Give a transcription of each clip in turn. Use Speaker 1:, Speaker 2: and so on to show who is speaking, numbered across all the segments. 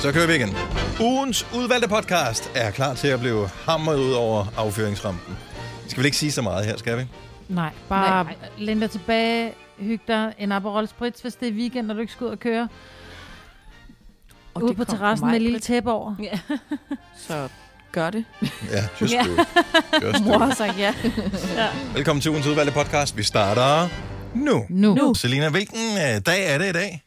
Speaker 1: Så kører vi igen. Ugens udvalgte podcast er klar til at blive hamret ud over affyringsrampen. Skal vi ikke sige så meget her, skal vi?
Speaker 2: Nej, bare nej, nej. læn dig tilbage, hyg dig, en Aperol Spritz, hvis det er weekend, og du ikke skal ud og køre. Og Ude på terrassen med et lille tæppe over.
Speaker 3: Ja. Så gør det.
Speaker 1: Ja, just do it. Just
Speaker 3: Mor
Speaker 1: do
Speaker 3: har
Speaker 1: it.
Speaker 3: sagt ja.
Speaker 1: Velkommen til ugens udvalgte podcast. Vi starter nu.
Speaker 2: Nu. nu.
Speaker 1: Selina, hvilken øh, dag er det i dag?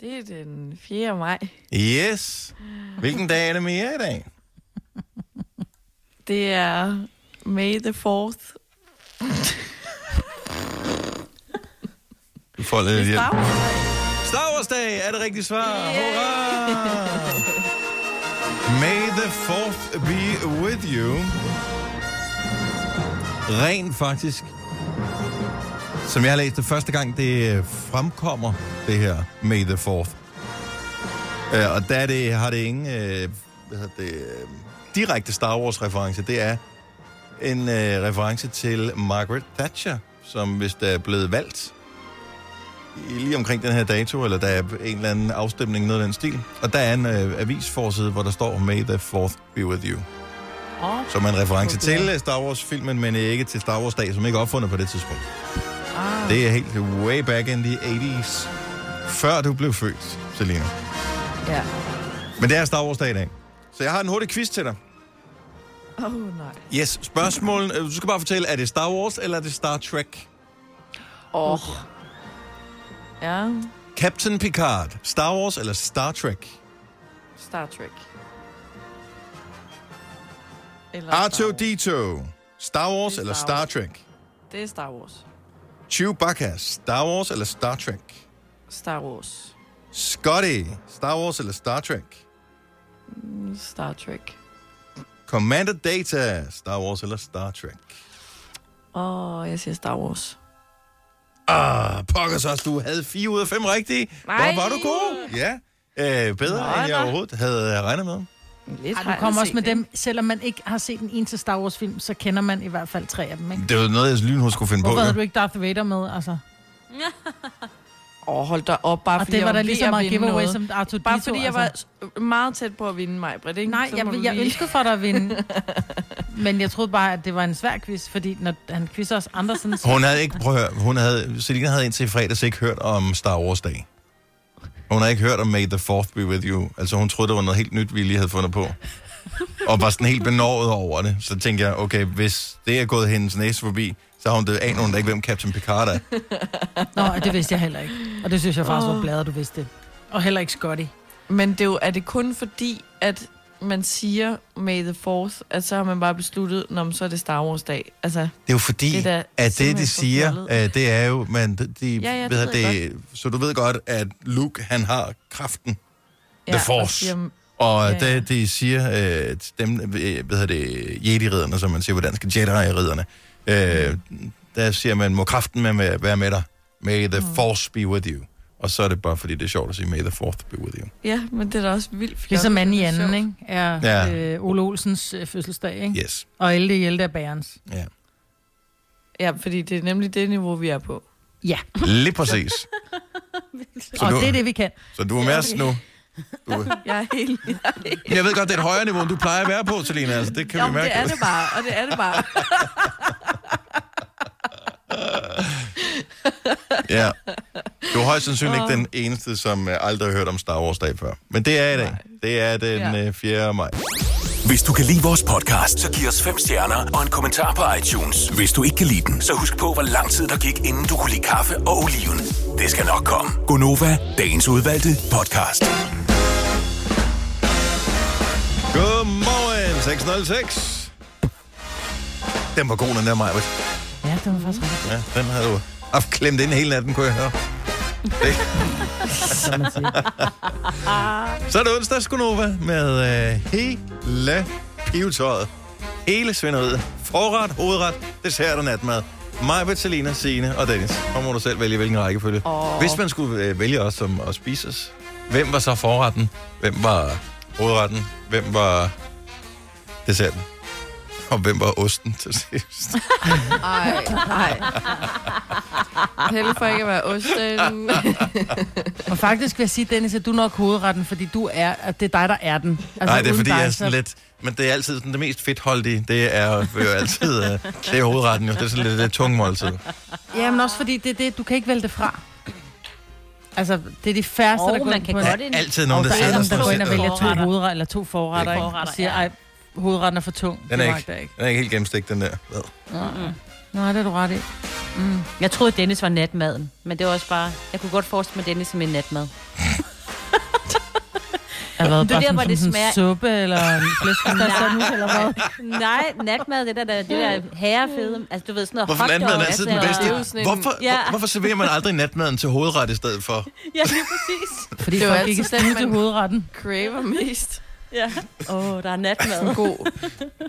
Speaker 3: Det er den 4. maj.
Speaker 1: Yes. Hvilken dag er det mere i dag?
Speaker 3: Det er May the 4th.
Speaker 1: Du får lidt hjælp.
Speaker 3: Star Wars.
Speaker 1: Star Wars Day er det rigtige svar. Hurra! May the fourth be with you. Rent faktisk, som jeg har læst det første gang, det øh, fremkommer, det her May the fourth. Øh, og der er det, har det ingen øh, hvad hedder det, øh, direkte Star Wars-reference. Det er en øh, reference til Margaret Thatcher, som hvis der er blevet valgt i- lige omkring den her dato, eller der er en eller anden afstemning, noget af den stil. Og der er en øh, avisforside, hvor der står, May the 4th be with you.
Speaker 3: Åh.
Speaker 1: Som er en reference til øh, Star Wars-filmen, men ikke til Star Wars-dag, som ikke er opfundet på det tidspunkt. Ah. Det er helt way back in the 80s. Før du blev født, Selina.
Speaker 3: Ja.
Speaker 1: Men det er Star Wars-dag i dag. Så jeg har en hurtig quiz til dig.
Speaker 3: Åh, oh, nej.
Speaker 1: Yes, spørgsmålen. øh, Du skal bare fortælle, er det Star Wars eller er det Star Trek?
Speaker 3: Åh. Oh. Ja,
Speaker 1: Captain Picard, Star Wars eller Star Trek?
Speaker 3: Star Trek. Eller Star Wars.
Speaker 1: R2-D2, Star Wars
Speaker 3: Det er
Speaker 1: eller
Speaker 3: Star
Speaker 1: Star
Speaker 3: Wars.
Speaker 1: Trek?
Speaker 3: Det er Star Wars.
Speaker 1: Chewbacca, Star Wars eller Star Trek?
Speaker 3: Star Wars.
Speaker 1: Scotty, Star Wars eller Star Trek?
Speaker 3: Star Trek.
Speaker 1: Commander Data, Star Wars eller Star Trek?
Speaker 3: Åh, oh, jeg siger Star Wars.
Speaker 1: Ah, pokker så, du havde 4 ud af 5 rigtige.
Speaker 3: Nej.
Speaker 1: Hvor var du god. Ja, øh, bedre
Speaker 3: Nå,
Speaker 1: end jeg
Speaker 3: nå.
Speaker 1: overhovedet havde regnet med.
Speaker 3: Lidt
Speaker 2: Ej,
Speaker 3: har
Speaker 2: du
Speaker 3: jeg
Speaker 2: kommer også
Speaker 3: set
Speaker 2: med
Speaker 3: det.
Speaker 2: dem, selvom man ikke har set den eneste Star Wars-film, så kender man i hvert fald tre af dem, ikke?
Speaker 1: Det var noget, jeg lynhurtigt skulle finde
Speaker 2: Hvorfor
Speaker 1: på.
Speaker 2: havde
Speaker 1: jo.
Speaker 2: du ikke Darth Vader med, altså?
Speaker 3: Åh, oh, hold da op, bare
Speaker 2: Og
Speaker 3: fordi
Speaker 2: det var
Speaker 3: jeg
Speaker 2: da ligesom
Speaker 3: lige
Speaker 2: lige så meget giveaway
Speaker 3: som...
Speaker 2: som Arthur
Speaker 3: Bare fordi jeg var
Speaker 2: altså.
Speaker 3: s- meget tæt på at vinde mig, Britt, ikke?
Speaker 2: Nej,
Speaker 3: Så må
Speaker 2: jeg,
Speaker 3: du
Speaker 2: jeg
Speaker 3: lige-
Speaker 2: ønskede for dig at vinde. Men jeg troede bare, at det var en svær quiz, fordi når han quizzer os andre sådan...
Speaker 1: Hun havde ikke, prøv at høre, hun havde, Selina havde indtil i fredags ikke hørt om Star Wars dag. Hun havde ikke hørt om May the 4th be with you. Altså hun troede, det var noget helt nyt, vi lige havde fundet på. Og var sådan helt benovet over det. Så tænkte jeg, okay, hvis det er gået hendes næse forbi, så har hun det aner hun da ikke, hvem Captain Picard er.
Speaker 2: Nå, det vidste jeg heller ikke. Og det synes jeg faktisk var bladet, du vidste det. Og heller ikke Scotty.
Speaker 3: Men det er, jo, er det kun fordi, at man siger May the 4th, at så har man bare besluttet, når så er det Star Wars dag. Altså,
Speaker 1: Det er jo fordi,
Speaker 3: Det er
Speaker 1: det at
Speaker 3: da
Speaker 1: det, de
Speaker 3: simpelthen
Speaker 1: siger,
Speaker 3: forfjollet.
Speaker 1: øh, det er jo, men de, de,
Speaker 3: ja, det
Speaker 1: ved
Speaker 3: ved
Speaker 1: at
Speaker 3: jeg
Speaker 1: det, så du ved godt, at Luke, han har kraften.
Speaker 3: ja,
Speaker 1: The
Speaker 3: og
Speaker 1: Force.
Speaker 3: Siger,
Speaker 1: Og ja,
Speaker 3: Ja, ja.
Speaker 1: det, de siger, øh, dem, øh, hvad hedder det, Jedi-ridderne, som man siger på dansk, Jedi-ridderne, øh,
Speaker 3: Mm.
Speaker 1: der siger man, må kraften med, med, være med dig. May the mm. force be with you. Og så er det bare, fordi det er sjovt at sige, may the fourth be with you.
Speaker 3: ja, men det er da også vildt. fjollet.
Speaker 2: Ligesom manden i
Speaker 3: Det er sjovt.
Speaker 2: anden, ikke? Er
Speaker 1: Ja.
Speaker 2: ja. øh, Ole Olsens øh, fødselsdag, ikke?
Speaker 1: Yes.
Speaker 2: Og Elde Hjelte er bærens.
Speaker 1: Ja.
Speaker 3: Ja, fordi det er nemlig det niveau, vi er på.
Speaker 2: Ja,
Speaker 1: Lige præcis. Så
Speaker 2: og
Speaker 1: du,
Speaker 2: det er det, vi kan.
Speaker 1: så du er med os nu. Du,
Speaker 3: Jeg er helt...
Speaker 1: jeg ved godt, det er et højere niveau, end du plejer at være på, Selina. Altså, det kan vi
Speaker 3: Jamen,
Speaker 1: mærke.
Speaker 3: det er det bare, og det er det bare.
Speaker 1: Ja. Du er højst sandsynligt ikke den eneste, som øh, aldrig har hørt om Star Wars dag før. Men det er i dag. Det er den
Speaker 3: Ja.
Speaker 1: øh, 4. maj.
Speaker 4: Hvis du kan lide vores podcast, så giv os fem stjerner og en kommentar på iTunes. Hvis du ikke kan lide den, så husk på, hvor lang tid der gik, inden du kunne lide kaffe og oliven. Det skal nok komme. Gonova, dagens udvalgte podcast.
Speaker 1: Godmorgen, 606. Den var god, den der, Majbert.
Speaker 2: Ja, det var faktisk rigtigt,
Speaker 1: Ja, den havde du haft klemt ind hele natten, kunne jeg høre.
Speaker 2: som man siger.
Speaker 1: Så er det onsdags, Gunova, med øh, hele pivetøjet. Hele svineriet. Forret, hovedret, dessert og natmad. Majbert, Selina, Signe og Dennis. Og må du selv vælge, hvilken rækkefølge. Oh. Hvis man skulle øh, vælge os som at spise os, hvem var så forretten? Hvem var hovedretten? Hvem var desserten? Og hvem var osten til sidst?
Speaker 3: Ej, ej. Pelle for ikke at være osten.
Speaker 2: Og faktisk vil jeg sige, Dennis, at du er nok hovedretten, fordi du er, at det er dig, der er den. Altså,
Speaker 1: Nej, det er
Speaker 2: uden
Speaker 1: fordi,
Speaker 2: dig,
Speaker 1: jeg er
Speaker 2: så-
Speaker 1: sådan lidt... Men det er altid sådan, det mest fedtholdige, det er jo altid... øh, Det er hovedretten jo, det er sådan lidt, lidt tung måltid.
Speaker 2: Ja, men også fordi, det er det, du kan ikke vælge det fra. Altså, det er de færreste,
Speaker 5: Og
Speaker 2: der går
Speaker 5: man
Speaker 2: ind
Speaker 5: kan
Speaker 2: på en-
Speaker 5: godt ind.
Speaker 1: Altid nogen,
Speaker 2: Og
Speaker 1: der
Speaker 2: der er
Speaker 1: sidder
Speaker 2: nogen, der
Speaker 1: sådan
Speaker 2: går ind og
Speaker 1: sidder-
Speaker 2: vælger to
Speaker 5: Forretter.
Speaker 2: hovedretter, eller to forretter, ikke? og
Speaker 5: Forretter,
Speaker 2: siger,
Speaker 5: ja.
Speaker 2: ej, hovedretten er for tung.
Speaker 1: Den er,
Speaker 2: Det
Speaker 1: ikke,
Speaker 2: magter jeg ikke.
Speaker 1: den er ikke helt gennemstegt, den der. Hvad?
Speaker 2: Nej, Mm. det er du ret i. Mm.
Speaker 5: Jeg troede, Dennis var natmaden, men det var også bare... Jeg kunne godt forestille mig Dennis som en natmad.
Speaker 2: Er det bare
Speaker 5: der,
Speaker 2: sådan,
Speaker 5: hvor
Speaker 2: som
Speaker 5: det
Speaker 2: sådan
Speaker 5: smager-
Speaker 2: en suppe, eller en flæskestadssandwich, eller hvad?
Speaker 5: Nej, natmad, det der, der, det der herrefede... Altså, du ved, sådan noget
Speaker 1: Hvorfor landmaden er altid den bedste?
Speaker 3: det er jo sådan en-
Speaker 1: Hvorfor,
Speaker 5: Ja.
Speaker 1: hvorfor serverer man aldrig natmaden til hovedret i stedet for?
Speaker 5: Ja, lige præcis.
Speaker 2: Fordi
Speaker 3: Det er jo
Speaker 2: folk ikke
Speaker 3: altid den,
Speaker 2: er til
Speaker 3: man-
Speaker 2: hovedretten.
Speaker 3: Craver mest.
Speaker 5: Ja. Åh, oh, der er natmad.
Speaker 3: En god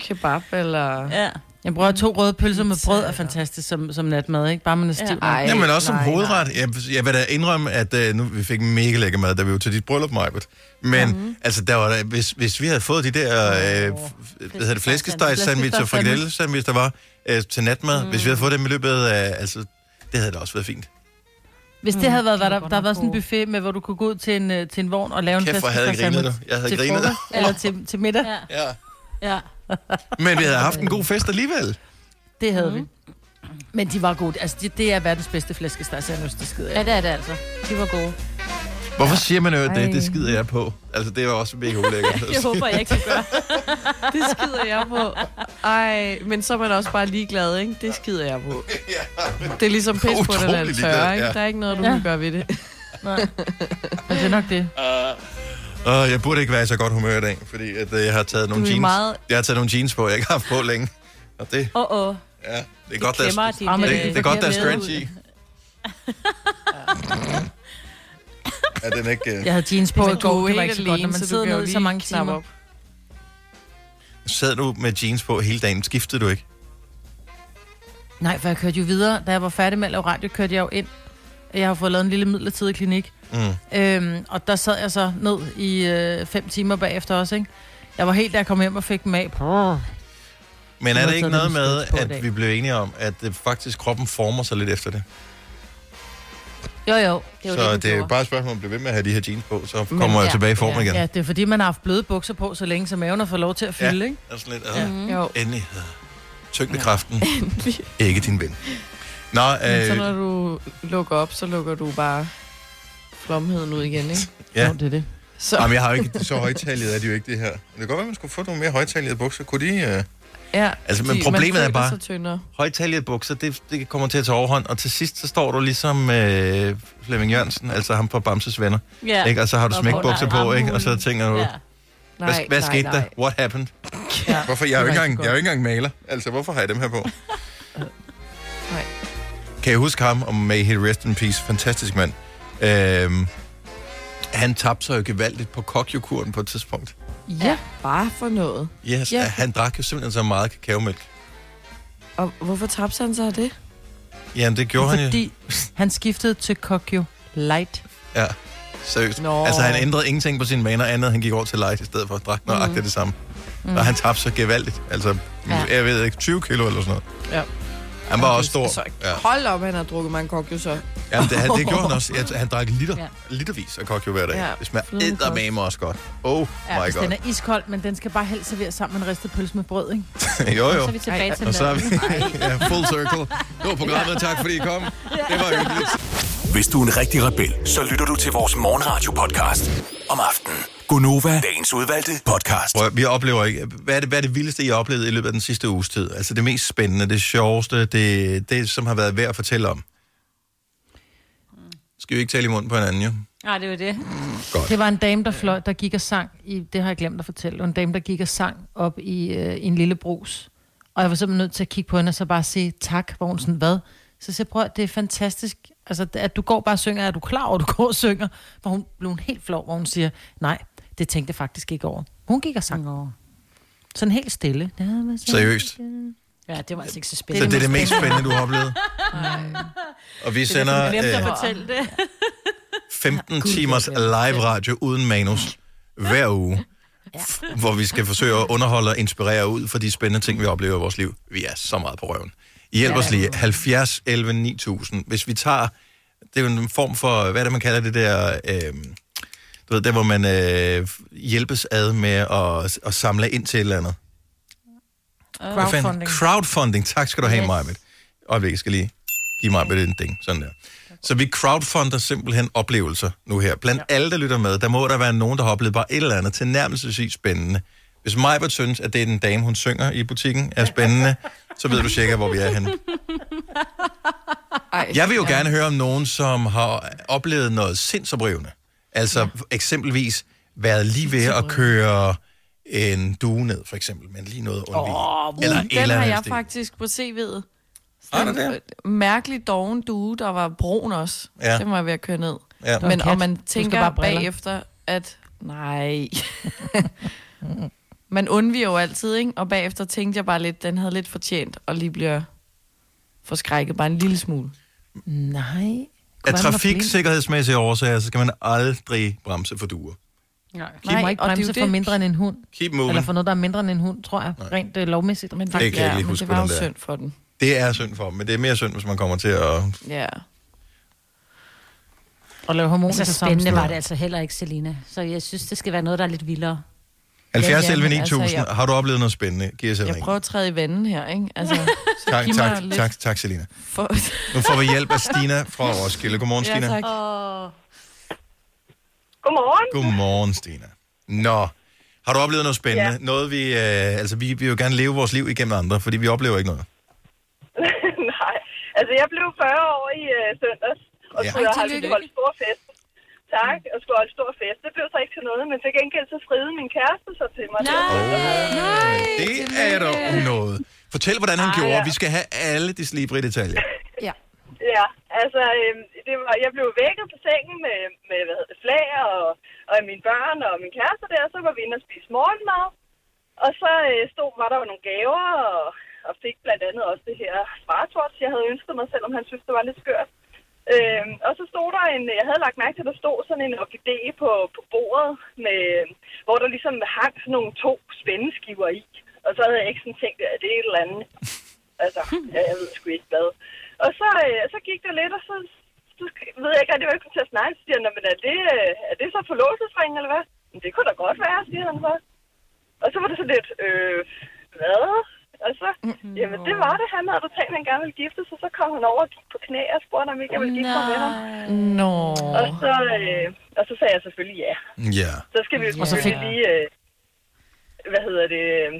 Speaker 3: kebab eller...
Speaker 5: Ja.
Speaker 2: Jeg bruger to røde pølser med brød, er fantastisk som, som natmad, ikke? Bare man er stiv.
Speaker 3: Ej,
Speaker 1: Ja, men også som
Speaker 3: nej,
Speaker 1: hovedret. Jeg, jeg vil da indrømme, at øh, nu vi fik mega lækker mad, da vi var til dit bryllup, Majbert. Men
Speaker 3: Mhm.
Speaker 1: mm-hmm. altså, der var der, hvis, hvis vi havde fået de der øh, f- hvad hedder det, flæskesteg sandwich og frikadelle sandwich, der var øh, til natmad, mm. hvis vi havde fået dem i løbet af... Altså, det havde da også været fint.
Speaker 2: Hvis det havde været, hvad der,
Speaker 5: Mm. godt
Speaker 2: der havde
Speaker 5: nok
Speaker 2: været sådan en
Speaker 5: gode.
Speaker 2: buffet med, hvor du kunne gå ud til en, øh, til en vogn og lave en
Speaker 1: Kæft, hvor havde jeg grinet
Speaker 2: flæskesteg
Speaker 1: det. Jeg havde
Speaker 2: til
Speaker 1: grinet det.
Speaker 2: frokost, Eller til, til middag.
Speaker 5: Ja.
Speaker 1: Ja.
Speaker 5: ja.
Speaker 1: Men vi havde haft en god fest alligevel.
Speaker 2: Det havde vi.
Speaker 5: Mhm.
Speaker 2: Men de var gode. Altså, det, det er verdens bedste flæskesteg, så jeg nu det skider
Speaker 5: Ja,
Speaker 2: jeg.
Speaker 5: det er det altså. De var gode.
Speaker 1: Hvorfor siger man jo det? Det skider jeg på. Altså, det var også mega ulækkert.
Speaker 5: Det håber jeg ikke kan gøre.
Speaker 3: Det skider jeg på. Ej, men så er man også bare ligeglad, ikke? Det skider jeg på. Det er ligesom pis på, den er
Speaker 1: Utrolig ligeglad,
Speaker 3: tørre, ikke?
Speaker 1: ja.
Speaker 3: Der er ikke noget, du
Speaker 2: Ja.
Speaker 3: kan gøre ved det.
Speaker 2: Men det er nok det.
Speaker 1: Og jeg burde ikke være i så godt humør i dag, fordi at, øh, jeg har taget nogle
Speaker 3: Du er
Speaker 1: jeans.
Speaker 3: meget-
Speaker 1: Jeg har taget nogle jeans på, jeg ikke har haft på længe. Og det,
Speaker 5: Åh, åh.
Speaker 1: ja, det er godt, der
Speaker 5: klemmer
Speaker 1: er,
Speaker 5: dit,
Speaker 2: Ah, men
Speaker 1: det,
Speaker 2: øh,
Speaker 1: det, er godt, der er
Speaker 2: forkerte
Speaker 1: stretch i. Ja, den er ikke... øh,
Speaker 2: Jeg havde jeans på i
Speaker 3: Men du er
Speaker 2: går,
Speaker 3: jo
Speaker 2: det var
Speaker 3: ikke
Speaker 2: ikke så godt, når
Speaker 3: alene,
Speaker 2: man
Speaker 3: så du
Speaker 2: sidder
Speaker 3: kan jo
Speaker 2: nede i så
Speaker 3: lige
Speaker 2: mange
Speaker 3: knappe
Speaker 2: timer.
Speaker 3: op.
Speaker 1: Sad du med jeans på hele dagen? Skiftede du ikke?
Speaker 2: Nej, for jeg kørte jo videre. Da jeg var færdig med at lave radio, kørte jeg jo ind. Jeg har fået lavet en lille midlertidig klinik. Mm. Øhm, og der sad jeg så ned i øh, fem timer bagefter også, ikke? Jeg var helt, da jeg kom hjem og fik dem af.
Speaker 1: Men
Speaker 2: Jeg
Speaker 1: er
Speaker 2: har
Speaker 1: det ikke
Speaker 2: taget
Speaker 1: noget
Speaker 2: dem
Speaker 1: med,
Speaker 2: stretch på i
Speaker 1: at
Speaker 2: dag.
Speaker 1: vi blev enige om, at øh, faktisk kroppen former sig lidt efter det?
Speaker 2: Jo, jo.
Speaker 5: Det var
Speaker 1: så
Speaker 5: det,
Speaker 1: det er
Speaker 5: det
Speaker 1: jo bare et spørgsmål, om at blive ved med at have de her jeans på, så kommer jeg
Speaker 5: ja,
Speaker 1: tilbage i form igen.
Speaker 2: Ja, det er fordi, man har haft bløde bukser på så længe, så maven har fået lov til at fylde, ja. Mm. ikke?
Speaker 1: Og sådan lidt, øh,
Speaker 3: Jo.
Speaker 1: Endelig. øh, Tyngdekraften. Ikke din ven. Nå,
Speaker 3: Men så
Speaker 1: øh,
Speaker 3: når du lukker op, så lukker du bare flomheden ud igen, ikke?
Speaker 1: Ja.
Speaker 2: Nå, det er det.
Speaker 3: Så,
Speaker 1: Jamen, jeg har jo ikke så højtallet, er de jo ikke det her. Men Det kan godt være, man skulle få nogle mere højtallede bukser. Kunne de... Øh...
Speaker 3: ja,
Speaker 1: Altså, men
Speaker 3: fordi
Speaker 1: problemet
Speaker 3: man
Speaker 1: er
Speaker 3: føler
Speaker 1: bare-
Speaker 3: sig tyndere.
Speaker 1: Højtallede bukser, det, det kommer til at tage overhånd. Og til sidst, så står du ligesom øh, Flemming Jørgensen, altså ham fra Bamses venner.
Speaker 5: ja.
Speaker 1: Ja. Ikke? Og så har du
Speaker 5: Og
Speaker 1: smækbukser
Speaker 5: hvor
Speaker 1: på,
Speaker 5: der er
Speaker 1: ikke? Og så
Speaker 5: armhulen.
Speaker 1: tænker du, ja.
Speaker 5: Ja.
Speaker 3: Nej,
Speaker 1: hvad, hvad skete
Speaker 3: nej,
Speaker 1: der?
Speaker 3: nej.
Speaker 1: What happened?
Speaker 2: Ja.
Speaker 1: Hvorfor? Jeg er jo
Speaker 2: Det
Speaker 1: ikke
Speaker 2: var
Speaker 1: engang,
Speaker 2: ikke
Speaker 1: jeg er jo ikke engang maler. Altså, hvorfor har jeg dem her på?
Speaker 3: Nej.
Speaker 1: Kan jeg huske ham, og may he rest in peace, fantastisk mand. Øhm, han tabte sig jo gevaldigt på kokjokuren på et tidspunkt.
Speaker 2: Ja.
Speaker 3: Bare for noget.
Speaker 1: Yes,
Speaker 2: Ja.
Speaker 1: ja. han drak jo simpelthen så meget kakaomælk.
Speaker 3: Og hvorfor tabte han så af det?
Speaker 1: Jamen, det gjorde han jo.
Speaker 2: Fordi han skiftede til Kokyo Light.
Speaker 1: Ja, seriøst.
Speaker 3: Nå.
Speaker 1: Altså, han ændrede ingenting på sine vaner, andet end han gik over til light i stedet for at drak nøjagtigt mm. det samme. Mm. Og han tabte så gevaldigt. Altså, ja. jeg ved ikke, 20 kilo eller sådan noget.
Speaker 3: Ja.
Speaker 1: Han var også stor.
Speaker 3: Så,
Speaker 1: Ja.
Speaker 3: hold op, han har drukket mange kok jo så.
Speaker 1: Jamen, det, han- det gjorde han også. Jeg, han drak liter, ja.
Speaker 5: Ja.
Speaker 1: litervis af kokjo hver dag. Ja.
Speaker 3: Ja,
Speaker 1: Det smager
Speaker 3: flydende kogt.
Speaker 1: eddermame også godt. Oh
Speaker 2: Ja,
Speaker 1: my
Speaker 2: hvis den
Speaker 1: god.
Speaker 2: er iskold, men den skal bare helst serveres sammen med en ristet pølse med brød, ikke?
Speaker 1: jo,
Speaker 5: Så
Speaker 1: jo.
Speaker 5: er vi tilbage til
Speaker 1: Og så er vi
Speaker 5: maden.
Speaker 1: ja, full circle. Det var programmet. Tak fordi I kom. Det var hyggeligt.
Speaker 4: Hvis du er en rigtig rebel, så lytter du til vores morgenradio-podcast om aftenen. Gunova, dagens udvalgte podcast.
Speaker 1: Prøv, at- vi oplever ikke... Hvad er, det, hvad er det vildeste, I har oplevet i løbet af den sidste uges tid? Altså det mest spændende, det sjoveste, det, det som har været værd at fortælle om. Skal vi ikke tale i munden på hinanden, jo?
Speaker 5: Nej, det var det.
Speaker 2: Det var en dame, der fløj, der gik og sang, i, det har jeg glemt at fortælle, en dame, der gik og sang op i, øh, i en lille brus. Og jeg var simpelthen nødt til at kigge på hende og så bare sige tak, hvor hun sådan, hvad? Så siger jeg, prøv at- det er fantastisk, altså, at du går bare og synger, er du klar over, at du går og synger? Hvor hun blev hun helt flov, hvor hun siger, nej, det tænkte jeg faktisk ikke over. Hun gik og sang over. Sådan helt stille. Ja, hvad siger
Speaker 1: Seriøst.
Speaker 5: Ja, det var altså ikke så
Speaker 1: Så
Speaker 5: spændende.
Speaker 1: det er det mest spændende, du har oplevet? Og vi sender øh,
Speaker 5: fortælle det.
Speaker 1: 15 timers live radio uden manus hver uge. hvor vi skal forsøge at underholde og inspirere ud for de spændende ting, vi oplever i vores liv. Vi er så meget på røven. I hjælp os lige. 70, 11, 9000. Hvis vi tager, det er jo en form for, hvad er det, man kalder det der, øh, du ved, der hvor man øh, hjælpes ad med at, at samle ind til et eller andet. Hvad fanden?
Speaker 2: Crowdfunding.
Speaker 1: Crowdfunding. Tak skal du have, yes.
Speaker 5: Yes.
Speaker 1: Majbet. Øjeblik, jeg skal lige give mig med en ding. Sådan der. Så vi crowdfunder simpelthen oplevelser nu her. Blandt ja. alle, der lytter med, der må der være nogen, der har oplevet bare et eller andet tilnærmelsesvis spændende. Hvis Majbert synes, at det er den dame, hun synger i butikken, er spændende, så ved du cirka, hvor vi er henne.
Speaker 3: Ej,
Speaker 1: Jeg vil jo gerne høre om nogen, som har oplevet noget sindsoprivende. Altså ja. eksempelvis været lige ved at køre en due ned, for eksempel, men lige noget under oh,
Speaker 3: Eller, den eller har
Speaker 1: andet
Speaker 3: jeg
Speaker 1: stil.
Speaker 3: faktisk på CV'et.
Speaker 1: Er der
Speaker 3: Sådan en,
Speaker 1: det?
Speaker 3: øh, Mærkelig doven due, der var brun også.
Speaker 1: Ja.
Speaker 3: Ja. Den var jeg ved at køre ned.
Speaker 1: Ja.
Speaker 3: Men
Speaker 2: kat.
Speaker 3: om man
Speaker 2: Du skal bare
Speaker 3: tænker
Speaker 2: have briller.
Speaker 3: bagefter, at nej. man undviger jo altid, ikke? Og bagefter tænkte jeg bare lidt, den havde lidt fortjent, og lige bliver forskrækket bare en lille smule.
Speaker 2: Nej.
Speaker 1: Af trafiksikkerhedsmæssige årsager, så skal man aldrig bremse for duer.
Speaker 5: Nej.
Speaker 2: Nej, må ikke
Speaker 3: og det er jo
Speaker 2: bremse for
Speaker 3: det.
Speaker 2: mindre end en hund.
Speaker 1: Keep
Speaker 2: Eller
Speaker 1: moving.
Speaker 2: for noget, der er mindre end en hund, tror jeg. Rent øh, lovmæssigt. Men
Speaker 1: Det kan jeg ikke lige
Speaker 3: men
Speaker 1: huske,
Speaker 3: det var jo
Speaker 1: hvordan det er.
Speaker 3: synd for den.
Speaker 1: Det er synd for dem, men det er mere synd, hvis man kommer til at...
Speaker 3: Ja.
Speaker 2: Og lave hormoner
Speaker 5: Så
Speaker 2: til sammen.
Speaker 5: spændende var det altså heller ikke, Selina. Så jeg synes, det skal være noget, der er lidt vildere.
Speaker 1: 70
Speaker 3: ja,
Speaker 1: 11
Speaker 3: men altså,
Speaker 1: 9000,
Speaker 3: jeg-
Speaker 1: har du oplevet noget spændende? Giv os en
Speaker 3: Jeg
Speaker 1: ring.
Speaker 3: prøver at træde i vandet her, ikke? Altså, så
Speaker 1: Tak,
Speaker 3: giv mig
Speaker 1: tak,
Speaker 3: lidt
Speaker 1: tak, tak, Selina.
Speaker 3: For...
Speaker 1: Nu får vi hjælp af Stina fra Roskilde. Godmorgen,
Speaker 3: ja,
Speaker 1: Stina.
Speaker 3: tak.
Speaker 6: Godmorgen.
Speaker 1: Godmorgen, Stina. Nå, har du oplevet noget spændende? Ja.
Speaker 6: Ja.
Speaker 1: Noget vi... Øh, altså, vi vi vil jo gerne leve vores liv igennem andre, fordi vi oplever ikke noget.
Speaker 6: Nej, altså jeg blev 40 år i øh, søndags, og
Speaker 1: Ja.
Speaker 6: ja. skulle
Speaker 3: Ej,
Speaker 6: have holdt,
Speaker 3: tillykke.
Speaker 6: holdt stor fest. Tak, og skulle holde stor fest. Det blev så ikke til noget, men til gengæld så friede min kæreste så til mig. Nej.
Speaker 1: Nej, det er dog noget. Fortæl, hvordan han gjorde. Vi skal have alle de slibrige detaljer.
Speaker 6: Ja, altså øh, det var, jeg blev vækket på sengen med, med hvad hedder det, flag og, og mine børn og min kæreste der, så var vi inde og spise morgenmad. Og så øh, stod, var der jo nogle gaver, og, og fik blandt andet også det her smartwatch, jeg havde ønsket mig, selvom han synes det var lidt skørt. Øhm, og så stod der en, jeg havde lagt mærke til, at der stod sådan en orkidé på, på bordet, med, hvor der ligesom hang sådan nogle to spændeskiver i. Og så havde jeg ikke sådan tænkt, at det er et eller andet. Altså, ja, jeg ved sgu ikke hvad. Og så, øh, så gik det lidt, og så, så ved jeg ikke rigtig, hvad jeg skulle til at snakke. Så siger han, "Nå, men er det, øh, er det så forlåsesring, eller hvad? Men det kunne da godt være, siger han så. Og så var det så lidt, øh, hvad? Og så, jamen det var det, han havde da tænkt, at han gerne ville gifte sig. Så kom han over og gik på knæ og spurgte, om ikke jeg ville gifte mig med ham.
Speaker 3: Nå.
Speaker 6: Og så, øh, og så sagde jeg selvfølgelig ja.
Speaker 1: Ja.
Speaker 6: Så skal vi jo
Speaker 2: Og så
Speaker 6: selvfølgelig
Speaker 3: fik-
Speaker 6: lige, øh, hvad hedder det, øh,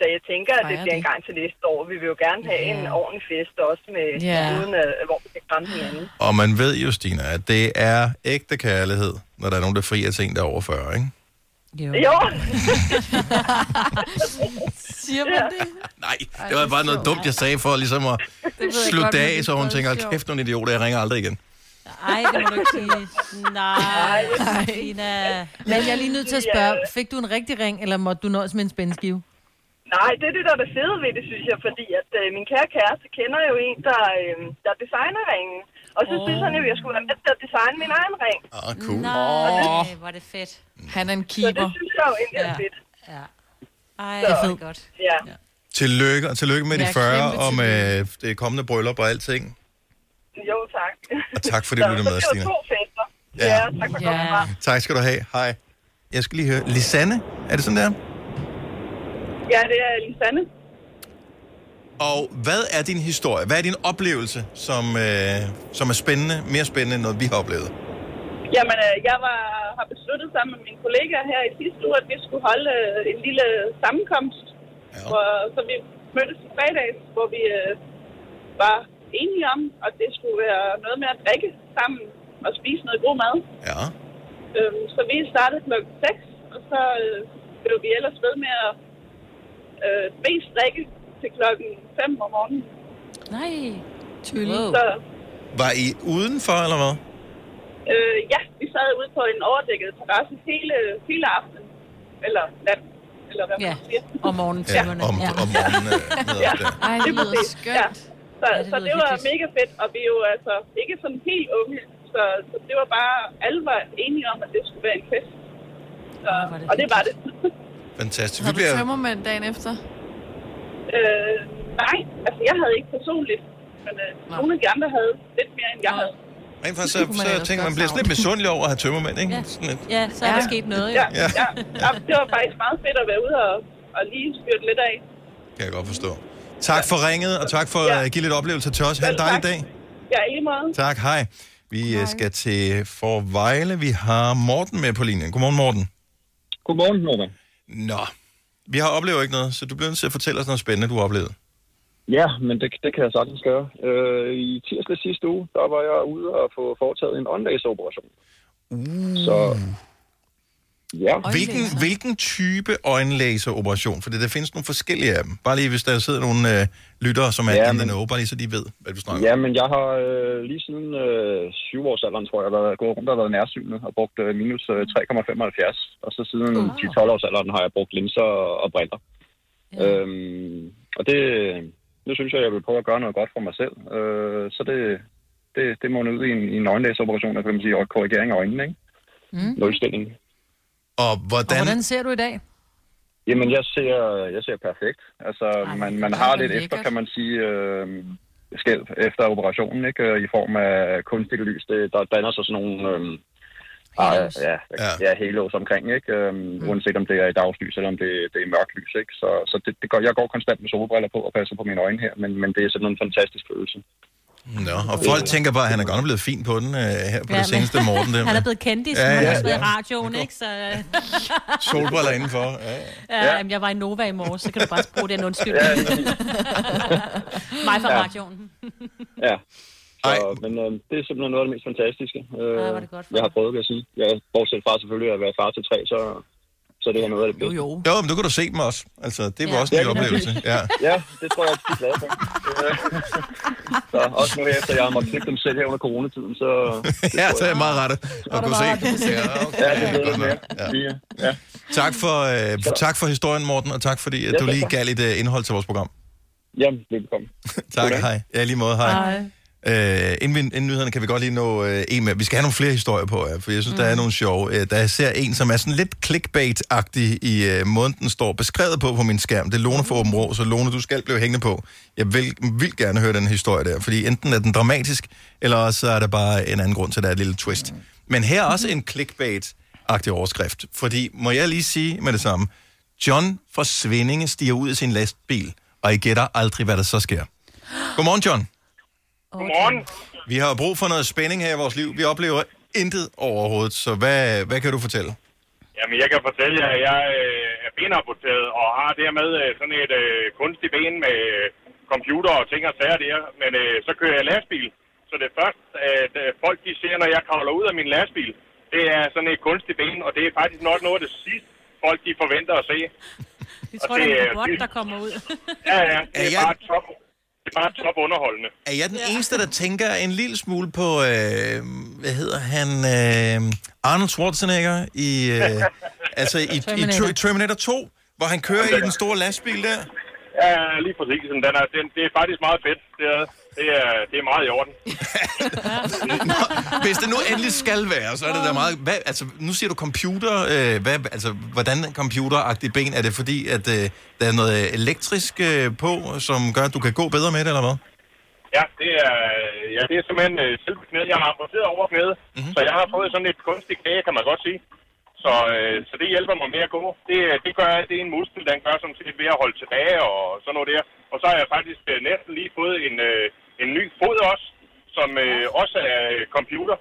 Speaker 6: så jeg tænker, at det
Speaker 3: Fejre
Speaker 6: bliver
Speaker 3: det.
Speaker 6: en gang til næste år. Vi vil jo gerne have en ordentlig fest også, med,
Speaker 3: Ja.
Speaker 6: uden at, hvor vi kan kramme hinanden.
Speaker 1: Og man ved jo, Stina, at det er ægte kærlighed, når der er nogen, der frier til en, der er over 40, ikke?
Speaker 6: Jo,
Speaker 3: Siger man det?
Speaker 1: Nej, det var bare noget dumt, jeg sagde for ligesom at slutte af, så hun tænker, "Hold kæft, nogle idioter, jeg ringer aldrig igen.
Speaker 5: Ej, det må du ikke sige. Nej, Selina.
Speaker 2: Men jeg er lige nødt til at spørge, fik du en rigtig ring, eller måtte du nøjes med en spændskive?
Speaker 6: nej, det er det, der er det fede ved det, synes jeg, fordi at øh, min kære kæreste kender jo en, der, øh, der designer ringen. Og så synes han jo, at jeg skulle være med til at designe min egen ring.
Speaker 1: Ah, cool.
Speaker 5: Nej, hvor er det fedt.
Speaker 3: Han er en
Speaker 6: Så det
Speaker 3: keeper.
Speaker 6: synes jeg jo egentlig er
Speaker 5: Ja.
Speaker 6: fedt.
Speaker 5: Ej, det er godt.
Speaker 6: Ja.
Speaker 1: Tillykke, og tillykke med de
Speaker 3: Ja,
Speaker 1: 40
Speaker 3: kæmpe
Speaker 1: og med øh, det kommende bryllup og alting.
Speaker 6: Jo, tak.
Speaker 1: Og tak, fordi du lyttede med,
Speaker 6: Så det
Speaker 1: Stine.
Speaker 6: var to fester.
Speaker 1: Ja.
Speaker 6: Ja, tak for
Speaker 5: Ja.
Speaker 6: kommentaren.
Speaker 1: Tak skal du have. Hej. Jeg skal lige høre. Lisanne, er det sådan der?
Speaker 6: Ja, det er Lisanne.
Speaker 1: Og hvad er din historie? Hvad er din oplevelse, som, øh, som er spændende, mere spændende end noget, vi har oplevet?
Speaker 6: Jamen, øh, jeg var, har besluttet sammen med mine kollegaer her i sidste uge, at vi skulle holde øh, en lille sammenkomst.
Speaker 1: Ja.
Speaker 6: Hvor, så vi mødtes i fredags, hvor vi øh, var enige om, at det skulle være noget med at drikke sammen og spise noget god mad.
Speaker 1: Ja.
Speaker 6: Øhm, så vi startede kl. 6, og så øh, blev vi ellers ved med at øh, mest drikke til klokken 5 om morgenen.
Speaker 5: Nej.
Speaker 3: Tylle.
Speaker 6: Så
Speaker 1: Var I udenfor, eller hvad?
Speaker 6: øh, ja, vi sad ude på en overdækket terrasse hele, hele aftenen. Eller natten, eller hvad man
Speaker 5: Ja,
Speaker 6: siger.
Speaker 5: om morgenen.
Speaker 1: Ja, om,
Speaker 5: ja.
Speaker 1: om morgenen. Øh, med op der.
Speaker 3: Ej, det lyder
Speaker 6: præcis. Ja.
Speaker 3: skønt.
Speaker 6: Så,
Speaker 5: Ja,
Speaker 6: ja,
Speaker 5: det
Speaker 6: det så
Speaker 5: lyder
Speaker 6: det var
Speaker 5: hyggeligt.
Speaker 6: mega fedt, og vi er jo altså ikke sådan helt unge, så, så det var bare, alle var enige om, at det skulle være en fest. Så,
Speaker 5: hvor er det
Speaker 6: og det var det.
Speaker 1: Fantastisk. Vi
Speaker 3: Havde du
Speaker 1: bliver...
Speaker 3: tømmermænd dagen efter?
Speaker 6: Øh, nej, altså jeg havde ikke personligt, men øh,
Speaker 3: Nå.
Speaker 6: nogle af de andre havde lidt mere, end jeg
Speaker 3: Nå.
Speaker 6: havde.
Speaker 1: Rent faktisk,
Speaker 3: Det
Speaker 1: så,
Speaker 3: kunne man
Speaker 1: så
Speaker 3: ellers
Speaker 1: tænker man,
Speaker 3: godt
Speaker 1: bliver sådan lidt
Speaker 3: savne.
Speaker 1: misundelig over at have tømmermænd, ikke? Ja.
Speaker 5: Ja.
Speaker 1: Sådan lidt.
Speaker 5: Ja, så er ja. der
Speaker 3: Ja.
Speaker 5: sket noget, jo.
Speaker 6: Ja,
Speaker 5: Ja.
Speaker 1: Ja.
Speaker 6: ja. ja. Jamen, det var faktisk meget fedt at være ude og, og lige styrte lidt af.
Speaker 1: Kan jeg godt forstå. Tak for ringet, og tak for øh,
Speaker 6: Ja.
Speaker 1: at give lidt oplevelse til os. Ha' en
Speaker 6: Selv
Speaker 1: dejlig
Speaker 6: tak.
Speaker 1: dag.
Speaker 6: Ja, i lige måde.
Speaker 1: Tak, hej. Vi hej. skal til Forvejle. Vi har Morten med på linjen. Godmorgen, Morten.
Speaker 7: Godmorgen, Morten.
Speaker 1: Nå, vi har oplevet ikke noget, så du bliver nødt til at fortælle os noget spændende, du har oplevet.
Speaker 7: Ja, men det, det kan jeg sagtens gøre. Øh, I tirsdag sidste uge, der var jeg ude og få foretaget en åndedagsoperation. Mm. Så ja,
Speaker 1: Hvilken, hvilken type øjenlæseoperation? For der findes nogle forskellige af dem. Bare lige, hvis der sidder nogle øh, lyttere, som er
Speaker 7: Ja,
Speaker 1: ja, in the
Speaker 7: men-
Speaker 1: know, bare lige så de ved, hvad du snakker om.
Speaker 7: ja, men jeg har øh, lige siden øh, syvårsalderen, tror jeg, været gået rundt og været nærsynet og brugt øh, minus øh, 3,75. Og så siden
Speaker 5: Wow.
Speaker 7: 10-12-årsalderen har jeg brugt linser og, og briller. Ja. Øhm, og det, nu synes jeg, jeg vil prøve at gøre noget godt for mig selv. Øh, så det, det, det må ud i en, i en øjenlæseoperation, eller kan man sige, og korrigering af øjnene, ikke?
Speaker 2: Mhm.
Speaker 7: Mm. Nulstilling.
Speaker 1: Og
Speaker 2: Og
Speaker 1: hvordan...
Speaker 2: hvordan ser du i dag?
Speaker 7: Jamen, jeg ser, jeg ser perfekt. Altså, Ej, man, man
Speaker 3: det
Speaker 7: har
Speaker 3: lyder
Speaker 7: lidt
Speaker 3: lækkert.
Speaker 7: efter, kan man sige, øh, skælv efter operationen, ikke? Øh, I form af kunstigt lys. Det, der danner sig sådan nogle... Øh, ah,
Speaker 2: Halos.
Speaker 7: ja,
Speaker 1: Ja.
Speaker 7: ja. ja, halos omkring, ikke? Øhm, mm. Uanset om det er i dagslys, eller om det, det er i mørkt lys, ikke? Så, så det, det går, jeg går konstant med solbriller på og passer på mine øjne her, men, men det er sådan en fantastisk følelse. Øh.
Speaker 1: Nå, og folk tænker bare, at han er godt nok blevet fin på den øh, her på ja,
Speaker 5: Ja,
Speaker 1: det
Speaker 5: men-
Speaker 1: seneste morgen. Der
Speaker 5: Han er
Speaker 1: med
Speaker 5: blevet kendt i,
Speaker 1: Ja,
Speaker 5: ja, han
Speaker 1: ja,
Speaker 5: har også været i
Speaker 1: ja.
Speaker 5: radioen, ikke? Så ja,
Speaker 1: solbriller indenfor. Ja. ja.
Speaker 5: ja. Jamen, jeg var i Nova i morges, så kan du bare bruge den undskyld.
Speaker 7: Ja,
Speaker 5: Ja.
Speaker 7: ja.
Speaker 5: Mig fra
Speaker 7: Ja.
Speaker 5: radioen.
Speaker 7: Ja. Så,
Speaker 1: Ej.
Speaker 7: men øh, det er simpelthen noget af det mest fantastiske, øh,
Speaker 5: Ej, hvor er det godt for
Speaker 7: jeg har
Speaker 5: dig.
Speaker 7: prøvet, vil jeg sige. Jeg, bortset fra selvfølgelig at være far til tre, så, så det er noget af det
Speaker 3: Jo,
Speaker 7: bedste.
Speaker 3: jo.
Speaker 1: Jo, men du kan du se dem også. Altså, det var
Speaker 5: Ja.
Speaker 1: også en
Speaker 7: Ja,
Speaker 1: ny
Speaker 7: lige
Speaker 1: oplevelse. Ja.
Speaker 7: Ja, det tror jeg, de er glade for. Øh, så også nu efter, jeg har måttet klippe dem selv her under coronatiden, så...
Speaker 1: ja, så er jeg meget rettet at kunne se. Ja, okay.
Speaker 7: Ja, det er
Speaker 1: Godt
Speaker 7: lidt mere.
Speaker 1: nok. Ja.
Speaker 7: Ja. Ja.
Speaker 1: Tak, for, øh, tak for historien, Morten, og tak fordi at
Speaker 7: Ja,
Speaker 1: du lige
Speaker 7: tak.
Speaker 1: gav lidt øh, indhold til vores program.
Speaker 7: Jamen, velkommen.
Speaker 1: Tak,
Speaker 7: Goddag.
Speaker 1: hej. Ja, i lige måde, hej. Øh, inden, vi, inden nyhederne kan vi godt lige nå øh, en med. Vi skal have nogle flere historier på, ja, for jeg synes, mm. der er nogle sjove. Øh, der ser en, som er sådan lidt clickbait-agtig i øh, måden, den står beskrevet på på min skærm. Det er Lone for Åben Rå, så Lone, du skal blive hængende på. Jeg vil, vil gerne høre den historie der, fordi enten er den dramatisk, eller også så er der bare en anden grund til, at der er et lille twist. Mm. Men her er også en clickbait-agtig overskrift, fordi må jeg lige sige med det samme, John fra Svindinge stiger ud af sin lastbil, og I gætter aldrig, hvad der så sker. Godmorgen, John.
Speaker 6: Godmorgen.
Speaker 1: Vi har jo brug for noget spænding her i vores liv. Vi oplever intet overhovedet, så hvad, hvad kan du fortælle?
Speaker 8: Jamen, jeg kan fortælle jer, at jeg øh, er benamporteret og har dermed øh, sådan et øh, kunstigt ben med øh, computer og ting og sager der. Men øh, så kører jeg lastbil. Så det første, at øh, folk de ser, når jeg kravler ud af min lastbil, det er sådan et kunstigt ben. Og det er faktisk nok noget af det sidste, folk de forventer at se.
Speaker 5: Vi
Speaker 8: Og
Speaker 5: tror, det er
Speaker 8: det
Speaker 5: en
Speaker 8: er
Speaker 5: robot,
Speaker 8: vildt.
Speaker 5: der kommer ud.
Speaker 8: Ja, ja, det
Speaker 1: Er
Speaker 8: er,
Speaker 1: jeg-
Speaker 8: bare top, det er bare top underholdende.
Speaker 1: Er jeg den eneste, der tænker en lille smule på, øh, hvad hedder han, øh, Arnold Schwarzenegger i, øh, altså i, Terminator. I,
Speaker 2: Terminator.
Speaker 1: i Terminator 2, hvor han kører i den store lastbil der?
Speaker 8: Ja, lige præcis. Den er, den, det er faktisk meget fedt. Det er, det er, det er meget i orden.
Speaker 1: Nå, hvis det nu endelig skal være, så er det da meget... Hvad, altså, nu siger du computer. Øh, hvad, altså, hvordan computeragtigt ben? Er det fordi, at øh, der er noget elektrisk øh, på, som gør, at du kan gå bedre med det, eller hvad?
Speaker 8: Ja, det er, ja, det er simpelthen øh, selve knæet. Jeg har amputeret over knæet, mm-hmm. så jeg har fået sådan et kunstigt knæ, kan man godt sige. Så, øh, så det hjælper mig med at gå. Det, øh, det gør det er en muskel, den gør som set ved at holde tilbage og sådan noget der. Og så har jeg faktisk øh, næsten lige fået en, øh, en ny fod også, som øh, også er øh, computer.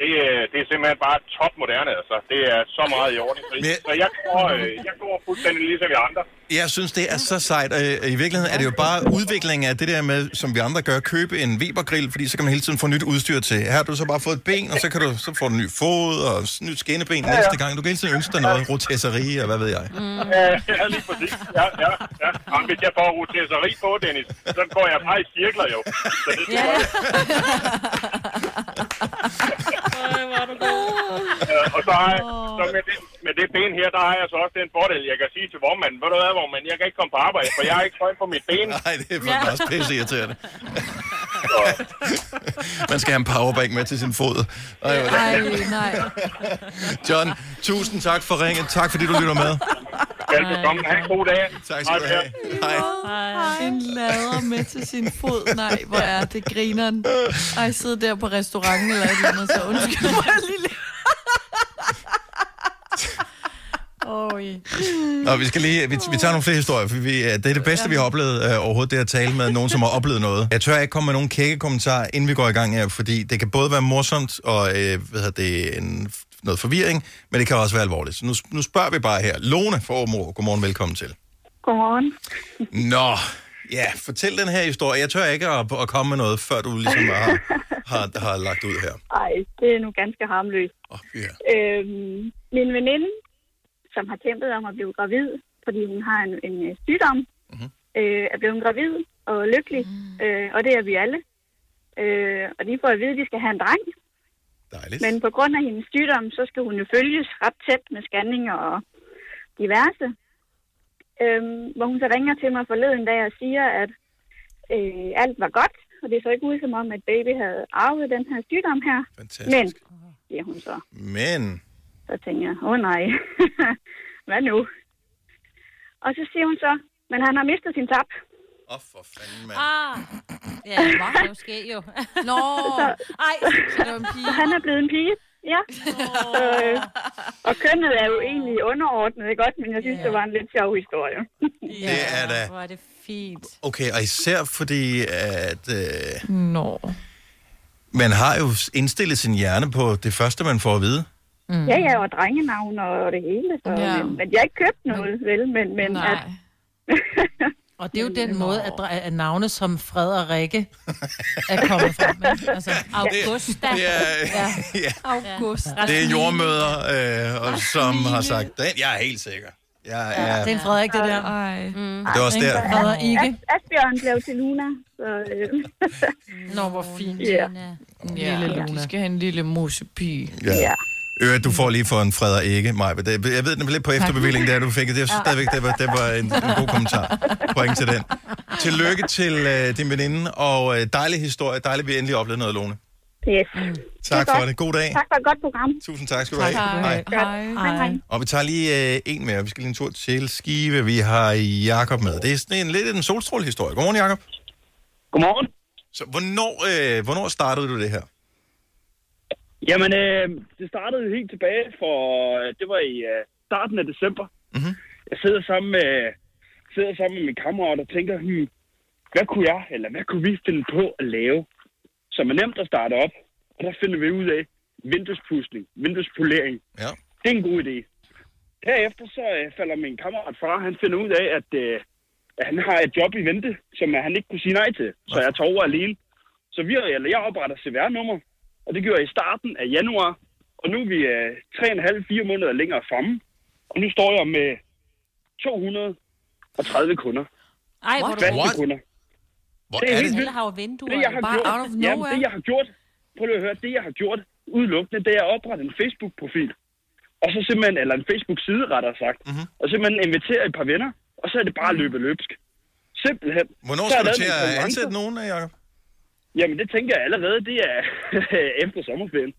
Speaker 8: Det, øh, det er simpelthen bare top moderne, altså. Det er så meget i orden. Så,
Speaker 1: Men-
Speaker 8: så jeg, går, øh, jeg går fuldstændig ligesom jeg andre.
Speaker 1: Jeg synes, det er så sejt. Og øh, i virkeligheden er det jo bare udvikling af det der med, som vi andre gør, købe en Weber-grill, fordi så kan man hele tiden få nyt udstyr til. Her har du så bare fået et ben, og så, kan du, så får du en ny fod og s- nyt skinneben ja, ja. næste gang. Du kan hele tiden ønske dig noget rotisserie og hvad ved jeg. Mm.
Speaker 8: Ja, ja, lige præcis. Ja, ja, ja. Jamen, hvis jeg får rotisseri på, Dennis, så går jeg bare i cirkler jo. Så det,
Speaker 5: Ja,
Speaker 8: ja.
Speaker 5: ja.
Speaker 8: Og så har jeg, så med, det, med det ben her, der har jeg så også den fordel, jeg kan sige til vormanden, ved du hvad, vormand, jeg kan ikke komme på arbejde, for jeg har ikke tøj på mit ben.
Speaker 1: Nej, det er faktisk også pisse irriterende. Man skal have en powerbank med til sin fod. Ej, hvor er det-
Speaker 3: Ej, nej.
Speaker 1: John, tusind tak for ringet. Tak fordi du lytter med.
Speaker 8: Velbekomme. Ha' en god dag.
Speaker 1: Tak skal du
Speaker 8: Hej, Per.
Speaker 1: have. Hej.
Speaker 3: En lader med til sin fod. Nej, hvor er det grineren. Ej, sidde der på restauranten eller et eller andet, så undskyld mig lille. Oj.
Speaker 1: Nå, vi skal lige, vi, vi tager nogle flere historier, for vi, øh, det er det bedste, vi har oplevet øh, overhovedet, det er at tale med nogen, som har oplevet noget. Jeg tør ikke komme med nogen kække kommentarer, inden vi går i gang her, fordi det kan både være morsomt og øh, hvad hedder det, en, noget forvirring, men det kan også være alvorligt. Så nu, nu spørger vi bare her. Lone fra Åben Rå, godmorgen, velkommen til.
Speaker 9: Godmorgen.
Speaker 1: Nå, ja, fortæl den her historie. Jeg tør ikke at, at komme med noget, før du ligesom har, har, har lagt ud her.
Speaker 9: Ej, det er nu ganske harmløst.
Speaker 1: Oh, ja.
Speaker 9: Øhm, min veninde, som har kæmpet om at blive gravid, fordi hun har en, en øh, sygdom,
Speaker 1: Mhm.
Speaker 9: mm-hmm. øh, er blevet gravid og lykkelig, mm. øh, og det er vi alle. Øh, og de får at vide, at de skal have en dreng,
Speaker 1: Dejligt.
Speaker 9: men på grund af hendes sygdom, så skal hun jo følges ret tæt med scanninger og diverse. Øhm, hvor hun så ringer til mig forleden dag og siger, at øh, alt var godt, og det så ikke ud som om, at baby havde arvet den her sygdom her.
Speaker 1: Fantastisk.
Speaker 9: Men, siger hun så,
Speaker 1: Men,
Speaker 9: så tænker jeg, åh nej, hvad nu? Og så siger hun så, men han har mistet sin tab.
Speaker 1: åh oh, for fanden, mand.
Speaker 5: Ah. Ja, det er jo ske jo.
Speaker 3: Nå,
Speaker 5: Ej,
Speaker 3: så det var en pige.
Speaker 9: Han er blevet en pige. Ja. Øh, og kønnet er jo egentlig underordnet, ikke også? Men jeg synes, det var en lidt sjov historie.
Speaker 1: Det er da...
Speaker 5: hvor er det fint.
Speaker 1: Okay, og især fordi, at øh,
Speaker 3: Nå.
Speaker 1: man har jo indstillet sin hjerne på det første, man får at vide.
Speaker 9: Ja, ja, og drengenavn og det hele. Så,
Speaker 3: Ja.
Speaker 9: ja. men, men jeg har ikke købt noget, vel? Men, men at,
Speaker 3: Nej.
Speaker 2: Og det er jo den måde, at, dre- at navne som Frederikke er kommet frem. Ikke? Altså,
Speaker 5: Augusta.
Speaker 1: Det er, ja. ja,
Speaker 3: August.
Speaker 1: det er jordmøder, øh, og, som har sagt, den, jeg er helt sikker. Jeg er,
Speaker 2: det er en Frederik, det der. Mm.
Speaker 3: Ej.
Speaker 1: det var også der.
Speaker 2: Frederikke.
Speaker 9: Asbjørn blev til Luna. Så, øh,
Speaker 2: Nå, hvor fint.
Speaker 9: ja.
Speaker 3: Ja, lille Luna. De skal have en lille musepige.
Speaker 1: Ja.
Speaker 9: Ja.
Speaker 1: Øh, du får lige for en Frederikke, Maja. Jeg ved, den var lidt på efterbevilling, der du fik det. Jeg synes stadigvæk, det var, det var en, en god kommentar. Point til den. Tillykke til øh, din veninde, og øh, dejlig historie. Dejligt, vi endelig oplevede noget, Lone.
Speaker 9: Yes.
Speaker 1: Tak
Speaker 9: Det er
Speaker 1: for
Speaker 9: godt.
Speaker 1: det. God dag.
Speaker 9: Tak for et godt program.
Speaker 1: Tusind tak skal du have. Hej.
Speaker 3: Hej.
Speaker 9: Hej, hej.
Speaker 1: Og vi tager lige øh, en mere. Vi skal lige en tur til Skive. Vi har Jakob med. Det er sådan en lidt en solstrålehistorie. Godmorgen, Jakob.
Speaker 10: Godmorgen.
Speaker 1: Så hvornår, øh, hvornår startede du det her?
Speaker 10: Jamen, øh, det startede jo helt tilbage for, øh, det var i øh, starten af december.
Speaker 1: Mhm.
Speaker 10: Jeg sidder sammen med, sidder sammen med min kammerat og tænker, hmm, hvad kunne jeg, eller hvad kunne vi finde på at lave, som er nemt at starte op? Og der finder vi ud af vinduespudsning, vinduespolering.
Speaker 1: Ja.
Speaker 10: Det er en god idé. Herefter så øh, falder min kammerat fra, han finder ud af, at, øh, at han har et job i vente, som øh, han ikke kunne sige nej til. Så jeg tager over alene. Så vi, eller jeg opretter CVR-nummer, og det gjorde jeg i starten af januar. Og nu er vi øh, 3,5-4 måneder længere fremme. Og nu står jeg med 230 kunder.
Speaker 5: Ej, hvor er du
Speaker 10: Danske
Speaker 1: What?
Speaker 10: kunder.
Speaker 1: Hvor
Speaker 10: Det er
Speaker 1: er
Speaker 10: helt
Speaker 1: det?
Speaker 5: Alle har jo vinduer.
Speaker 10: Det, jeg har
Speaker 3: Bare
Speaker 10: gjort,
Speaker 3: out of
Speaker 10: jamen,
Speaker 3: nowhere.
Speaker 10: det, jeg har gjort, prøv lige at høre, det, jeg har gjort udelukkende, det er at oprette en Facebook-profil. Og så simpelthen, eller en Facebook-side, rettere sagt.
Speaker 1: Mhm.
Speaker 10: Mm-hmm. Og simpelthen invitere et par venner, og så er det bare at løbe løbsk. Simpelthen.
Speaker 1: Hvornår
Speaker 10: Så har
Speaker 1: skal du til
Speaker 10: jeg lavet nogle
Speaker 1: at
Speaker 10: konkurrencer.
Speaker 1: ansætte nogen, øh, Jakob?
Speaker 10: Jamen, det tænker jeg allerede, det er efter sommerferien.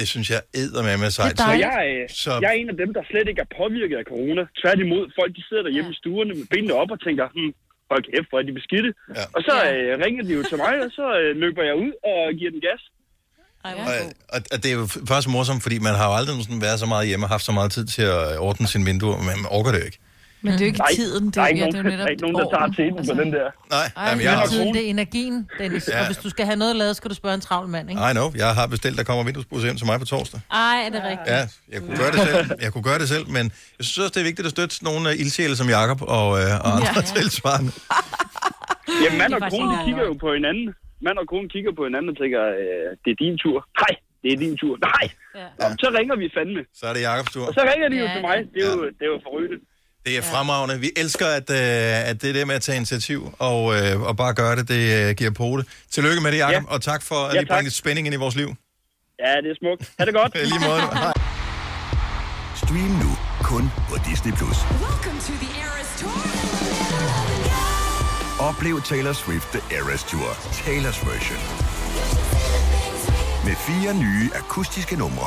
Speaker 1: Det synes jeg æder med med sejt.
Speaker 2: Mm. Det er
Speaker 10: Og
Speaker 2: dejligt.
Speaker 10: jeg, øh,
Speaker 1: Så-
Speaker 10: jeg er en af dem, der slet ikke er påvirket af corona. Tværtimod, folk de sidder derhjemme i stuerne med benene op og tænker, hmm, hold kæft, hvor er de beskidte.
Speaker 1: Ja.
Speaker 10: Og så øh, ringer de jo til mig, og så øh, løber jeg ud og giver den gas.
Speaker 5: Ej, hvor er
Speaker 1: Og, og, og det er jo f- faktisk morsomt, fordi man har jo aldrig sådan været så meget hjemme og haft så meget tid til at øh, ordne sine vinduer, men man orker det jo ikke.
Speaker 3: Men det er jo ikke
Speaker 10: Nej,
Speaker 3: tiden, det
Speaker 10: der er ikke
Speaker 3: ja,
Speaker 10: nogen,
Speaker 3: det er jo
Speaker 10: der,
Speaker 3: netop
Speaker 10: er ikke nogen, der tager
Speaker 3: borgen.
Speaker 10: teten på Altså. den der.
Speaker 1: Nej,
Speaker 3: Ej,
Speaker 1: jamen,
Speaker 3: det
Speaker 1: jeg
Speaker 3: er
Speaker 1: har,
Speaker 2: Tiden, det er energien, Dennis.
Speaker 1: Ja.
Speaker 2: Og hvis du skal have noget lavet, skal du spørge en travl mand, ikke?
Speaker 1: I know, jeg har bestilt, der kommer vinduesbusser hjem til mig på torsdag.
Speaker 5: Ej, er det rigtigt?
Speaker 1: Ja, jeg kunne gøre det selv, jeg kunne gøre det selv men jeg synes også, det er vigtigt at støtte sådan nogle øh, ildsjæle som Jakob og, øh, og andre ja,
Speaker 3: Ja.
Speaker 1: tilsvarende.
Speaker 10: Ja, mand og
Speaker 5: Det er faktisk
Speaker 10: kone de
Speaker 5: ikke
Speaker 10: kigger jo på hinanden. Mand og kone kigger på hinanden og tænker, øh, det er din tur. Nej, det er din tur. Nej!
Speaker 5: Ja.
Speaker 10: Nå, Så ringer vi fandme.
Speaker 1: Så er det Jakobs tur.
Speaker 10: Og så ringer de jo
Speaker 5: Ja,
Speaker 10: til mig. Det er jo, det er jo forrygende.
Speaker 1: Det er fremragende. Vi elsker, at, øh, at det der med at tage initiativ og, øh, og bare gøre det, det øh, giver pote. Tillykke med det, Jacob, ja.
Speaker 10: Ja.
Speaker 1: og tak for at
Speaker 10: Ja,
Speaker 1: lige bringe
Speaker 10: tak.
Speaker 1: lidt spænding ind i vores liv.
Speaker 10: Ja, det er smukt. Ha' det godt.
Speaker 1: I lige måde. Hej.
Speaker 11: Stream nu kun på Disney+. Plus. Oplev Taylor Swift The Eras Tour, Taylor's version. Med fire nye akustiske numre.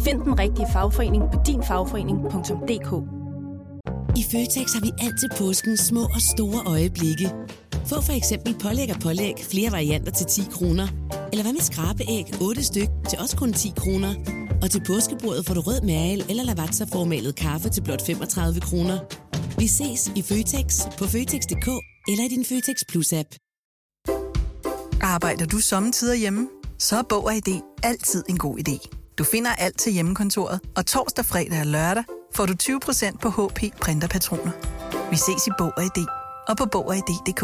Speaker 12: Find den rigtige fagforening på dinfagforening.dk
Speaker 13: I Føtex har vi alt til påsken små og store øjeblikke. Få for eksempel pålæg og pålæg flere varianter til 10 kroner. Eller hvad med skrabeæg 8 styk til også kun 10 kroner. Og til påskebordet får du rød mal eller lavatserformalet kaffe til blot 35 kroner. Vi ses i Føtex på Føtex.dk eller i din Føtex Plus-app.
Speaker 14: Arbejder du sommetider hjemme? Så er Bog og ID altid en god idé. Du finder alt til hjemmekontoret, og torsdag, fredag og lørdag får du 20% på HP printerpatroner. Vi ses i Bog og ID og på Bog og ID.dk.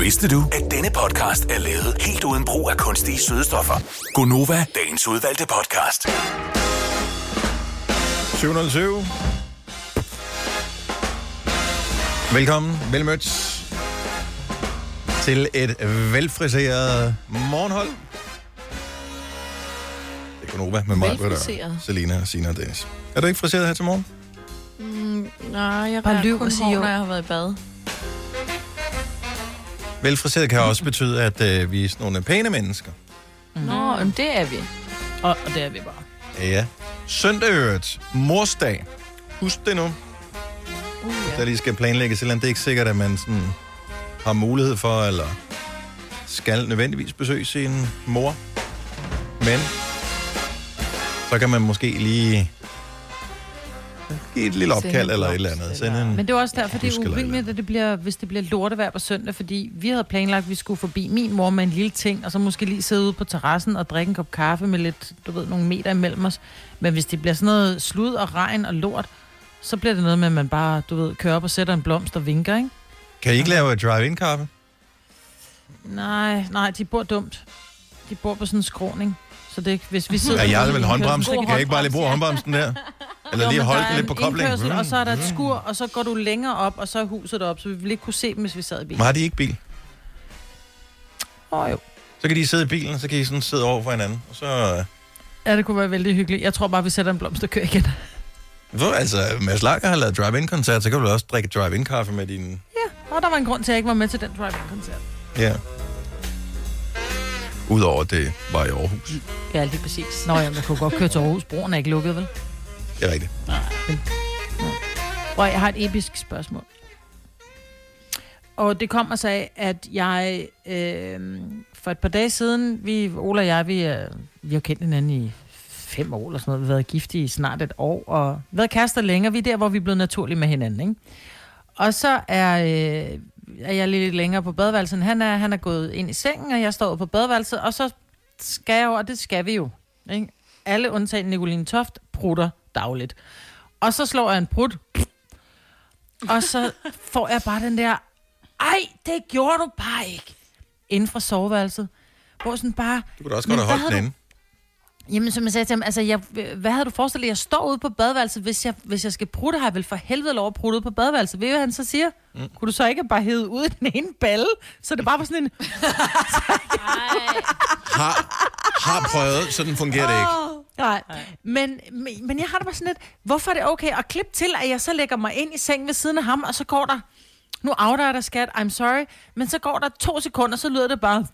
Speaker 4: Vidste du, at denne podcast er lavet helt uden brug af kunstige sødestoffer? Gonova, dagens udvalgte podcast.
Speaker 1: 707. Velkommen, velmødt til et velfriseret morgenhold. Det er Gunova med mig,
Speaker 3: Velfriseret.
Speaker 1: Britta, Selina, Sina og Dennis. Er du ikke friseret her til morgen?
Speaker 3: Mm, nej, jeg
Speaker 2: Bare
Speaker 3: bare
Speaker 2: lyv
Speaker 3: lyver kun
Speaker 2: og sig
Speaker 3: hår,
Speaker 2: jo.
Speaker 3: når jeg har været i bad.
Speaker 1: Velfriseret kan også betyde, at øh, vi er sådan nogle pæne mennesker.
Speaker 3: Nå, men det er vi. Mm. Og, og det er vi bare.
Speaker 1: Ja. Søndag i øvrigt. Morsdag. Husk det nu. Uh, ja. Der lige skal planlægge, selvom det er ikke sikkert, at man sådan har mulighed for, eller skal nødvendigvis besøge sin mor. Men så kan man måske lige give et lille opkald eller et eller andet. Sende en
Speaker 2: Men det er jo også derfor, det
Speaker 1: Husk
Speaker 2: er
Speaker 1: eller et eller
Speaker 2: urimeligt, at det bliver, hvis det bliver lortevejr på søndag, fordi vi havde planlagt, at vi skulle forbi min mor med en lille ting, og så måske lige sidde ude på terrassen og drikke en kop kaffe med lidt, du ved, nogle meter imellem os. Men hvis det bliver sådan noget slud og regn og lort, så bliver det noget med, at man bare, du ved, kører op og sætter en blomst og vinker, ikke?
Speaker 1: Kan I ikke lave et drive-in-kaffe?
Speaker 2: Nej, nej, de bor dumt. De bor på sådan en skråning. Så det, hvis vi sidder...
Speaker 1: Ja, jeg har vel
Speaker 2: i en
Speaker 1: håndbremsen.
Speaker 2: kørsel-
Speaker 1: Kan jeg ikke bare lige bruge håndbremsen der? Eller
Speaker 2: Jo,
Speaker 1: lige
Speaker 2: men
Speaker 1: holde
Speaker 2: der
Speaker 1: den
Speaker 2: er
Speaker 1: lidt på
Speaker 2: en
Speaker 1: koblingen?
Speaker 2: indkørsel,
Speaker 1: Mm,
Speaker 2: Og så er der
Speaker 1: mm.
Speaker 2: et skur, og så går du længere op, og så er huset op, så vi ville ikke kunne se dem, hvis vi sad i bilen.
Speaker 1: Men har de ikke bil?
Speaker 2: Åh oh, jo.
Speaker 1: Så kan de sidde i bilen, og så kan I sådan sidde over for hinanden. Og så... øh,
Speaker 2: Ja, det kunne være vældig hyggeligt. Jeg tror bare, vi sætter en blomst og kører igen.
Speaker 1: Hvor, altså, Mads Langer har lavet drive-in-koncert, så kan du også drikke drive-in-kaffe med din...
Speaker 2: Ja, og der var en grund til, at jeg ikke var med til den drive-in-koncert.
Speaker 1: Ja. Udover at det var i Aarhus.
Speaker 2: Ja, lige præcis. Nå ja, man kunne godt køre til Aarhus. Broen er ikke lukket, vel?
Speaker 1: Det er rigtigt.
Speaker 2: Og jeg har et episk spørgsmål. Og det kommer så af, at jeg øh, for et par dage siden, vi, Ola og jeg, vi, er, vi har kendt hinanden i fem år eller sådan noget. Vi har været gift i snart et år, og været kærester længere. Vi er der, hvor vi er blevet naturlige med hinanden, ikke? Og så er, øh, er jeg lidt længere på badeværelset. Han er, han er gået ind i sengen, og jeg står ude på badeværelset, og så skal jeg jo, og det skal vi jo. Ikke? Alle undtagen Nicoline Toft prutter dagligt. Og så slår jeg en prut, og så får jeg bare den der, ej, det gjorde du bare ikke, inden fra soveværelset. Hvor sådan bare...
Speaker 1: Du kunne da også godt
Speaker 2: "Men
Speaker 1: have
Speaker 2: hvad
Speaker 1: holdt den
Speaker 2: har
Speaker 1: inde.
Speaker 2: du- Jamen, som jeg sagde til ham, altså, jeg, hvad havde du forestillet, dig? jeg står ude på badeværelset, hvis jeg, hvis jeg skal prutte, har jeg vel for helvede lov at prutte ude på badeværelset. Ved du, hvad han så siger? Mm. Kunne du så ikke bare hede ud i den ene balle? Så det bare var sådan en...
Speaker 1: Har, har prøvet, sådan fungerer det ikke.
Speaker 2: Nej, men, men, men jeg har det bare sådan lidt, hvorfor er det okay at klippe til, at jeg så lægger mig ind i seng ved siden af ham, og så går der, nu outer jeg dig, skat, I'm sorry, men så går der to sekunder, så lyder det bare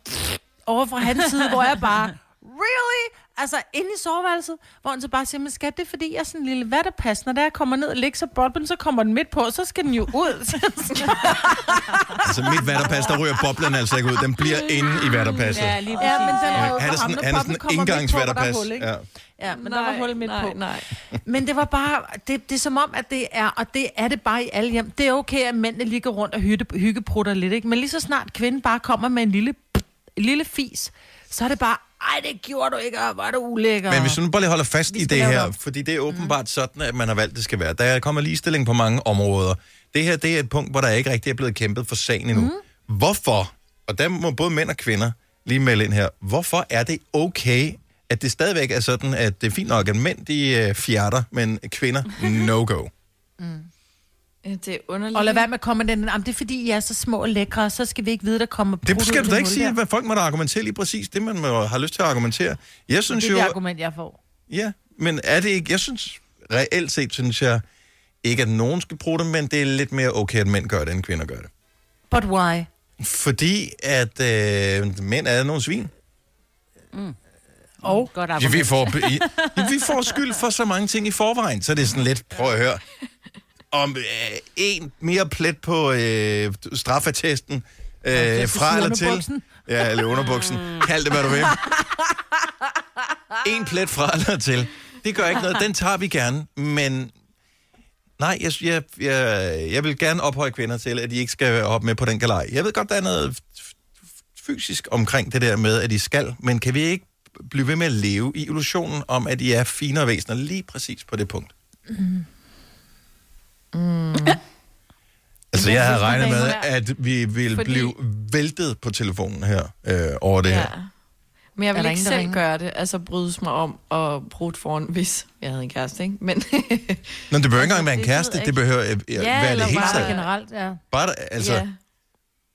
Speaker 2: over fra hans side, hvor jeg bare, really? Altså, inde i soveværelset, hvor han så bare siger, men skat, det er fordi, jeg er sådan en lille vatterpas, når der jeg kommer ned og ligger så bolden, så kommer den midt på, så skal den jo ud.
Speaker 1: Altså, mit vatterpas, der ryger boblen altså ikke ud. Den bliver inde i vatterpasset.
Speaker 5: Ja, lige
Speaker 2: ja, men den
Speaker 1: Ja,
Speaker 2: er jo
Speaker 1: han er
Speaker 2: for ham,
Speaker 1: sådan,
Speaker 2: når
Speaker 1: han er
Speaker 2: bolden
Speaker 1: sådan en
Speaker 2: kommer midt på, hvor der er
Speaker 1: engangsvatterpas.
Speaker 2: hul, ikke?
Speaker 1: Ja.
Speaker 2: Ja, men nej, der var hul midt
Speaker 3: nej,
Speaker 2: på.
Speaker 3: Nej,
Speaker 2: Men det var bare, det, det er som om, at det er, og det er det bare i alle hjem. Det er okay, at mændene ligger rundt og hytte, hyggeprutter lidt, ikke? Men lige så snart kvinden bare kommer med en lille, en lille fis, så er det bare, ej, det gjorde du ikke, og var du ulækker.
Speaker 1: Men hvis vi nu bare lige holder fast
Speaker 2: Vi
Speaker 1: i
Speaker 2: skal
Speaker 1: det
Speaker 2: lave
Speaker 1: her,
Speaker 2: det om. Mm.
Speaker 1: fordi det er åbenbart sådan, at man har valgt, det skal være. Der kommer ligestilling på mange områder. Det her, det er et punkt, hvor der ikke rigtig er blevet kæmpet for sagen endnu. Mm. Hvorfor, og der må både mænd og kvinder lige melde ind her, hvorfor er det okay, at det stadigvæk er sådan, at det er fint nok, at mænd de øh, fjerter, men kvinder, no-go.
Speaker 3: Det er underligt.
Speaker 2: Og lad være med at komme med den. Jamen, det er fordi, I er så små og lækre, og så skal vi ikke vide, der kommer
Speaker 1: Det
Speaker 2: brudt ud
Speaker 1: skal
Speaker 2: af
Speaker 1: du da ikke
Speaker 2: hul
Speaker 1: sige,
Speaker 2: der.
Speaker 1: hvad folk må da argumentere lige præcis. Det, man må har lyst til at argumentere. Jeg synes
Speaker 2: det er
Speaker 1: jo...
Speaker 2: det argument, jeg får.
Speaker 1: Ja, men er det ikke... Jeg synes, reelt set synes jeg ikke, at nogen skal bruge det, men det er lidt mere okay, at mænd gør det, end kvinder gør det.
Speaker 2: But why?
Speaker 1: Fordi at øh, mænd er nogle svin.
Speaker 2: Og?
Speaker 5: Godt
Speaker 1: Ja, vi, får, i, ja, vi får skyld for så mange ting i forvejen, så det er sådan lidt, prøv at høre, om øh, en mere plet på øh, straffatesten, øh, fra eller til,
Speaker 2: underbuksen.
Speaker 1: ja, eller underbuksen, kald det hvad du vil. En plet fra eller til, det gør ikke noget, den tager vi gerne, men nej, jeg, jeg, jeg, jeg vil gerne ophøje kvinder til, at de ikke skal hoppe med på den galej. Jeg ved godt, der er noget fysisk omkring det der med, at I skal, men kan vi ikke blive ved med at leve i illusionen om, at I er finere væsener lige præcis på det punkt?
Speaker 2: Mm.
Speaker 1: Altså, jeg havde
Speaker 2: synes,
Speaker 1: regnet
Speaker 2: det er
Speaker 1: med,
Speaker 2: værd.
Speaker 1: at vi ville
Speaker 3: Fordi-
Speaker 1: Fordi... blive væltet på telefonen her øh, over det ja. her.
Speaker 3: Men jeg
Speaker 2: Er
Speaker 3: vil
Speaker 2: der
Speaker 3: ikke
Speaker 2: ingen, der
Speaker 3: selv
Speaker 2: ringer?
Speaker 3: gøre det. Altså brydes mig om og bruge foran, hvis jeg havde en kæreste, ikke? Men
Speaker 1: Nå, det behøver ikke engang være en
Speaker 3: det ved
Speaker 1: kæreste,
Speaker 3: jeg
Speaker 1: det
Speaker 3: ikke.
Speaker 1: behøver øh, øh, være det
Speaker 3: eller
Speaker 1: hele
Speaker 3: bare-
Speaker 1: taget.
Speaker 2: generelt, ja.
Speaker 1: Bare, der- altså,
Speaker 3: Ja.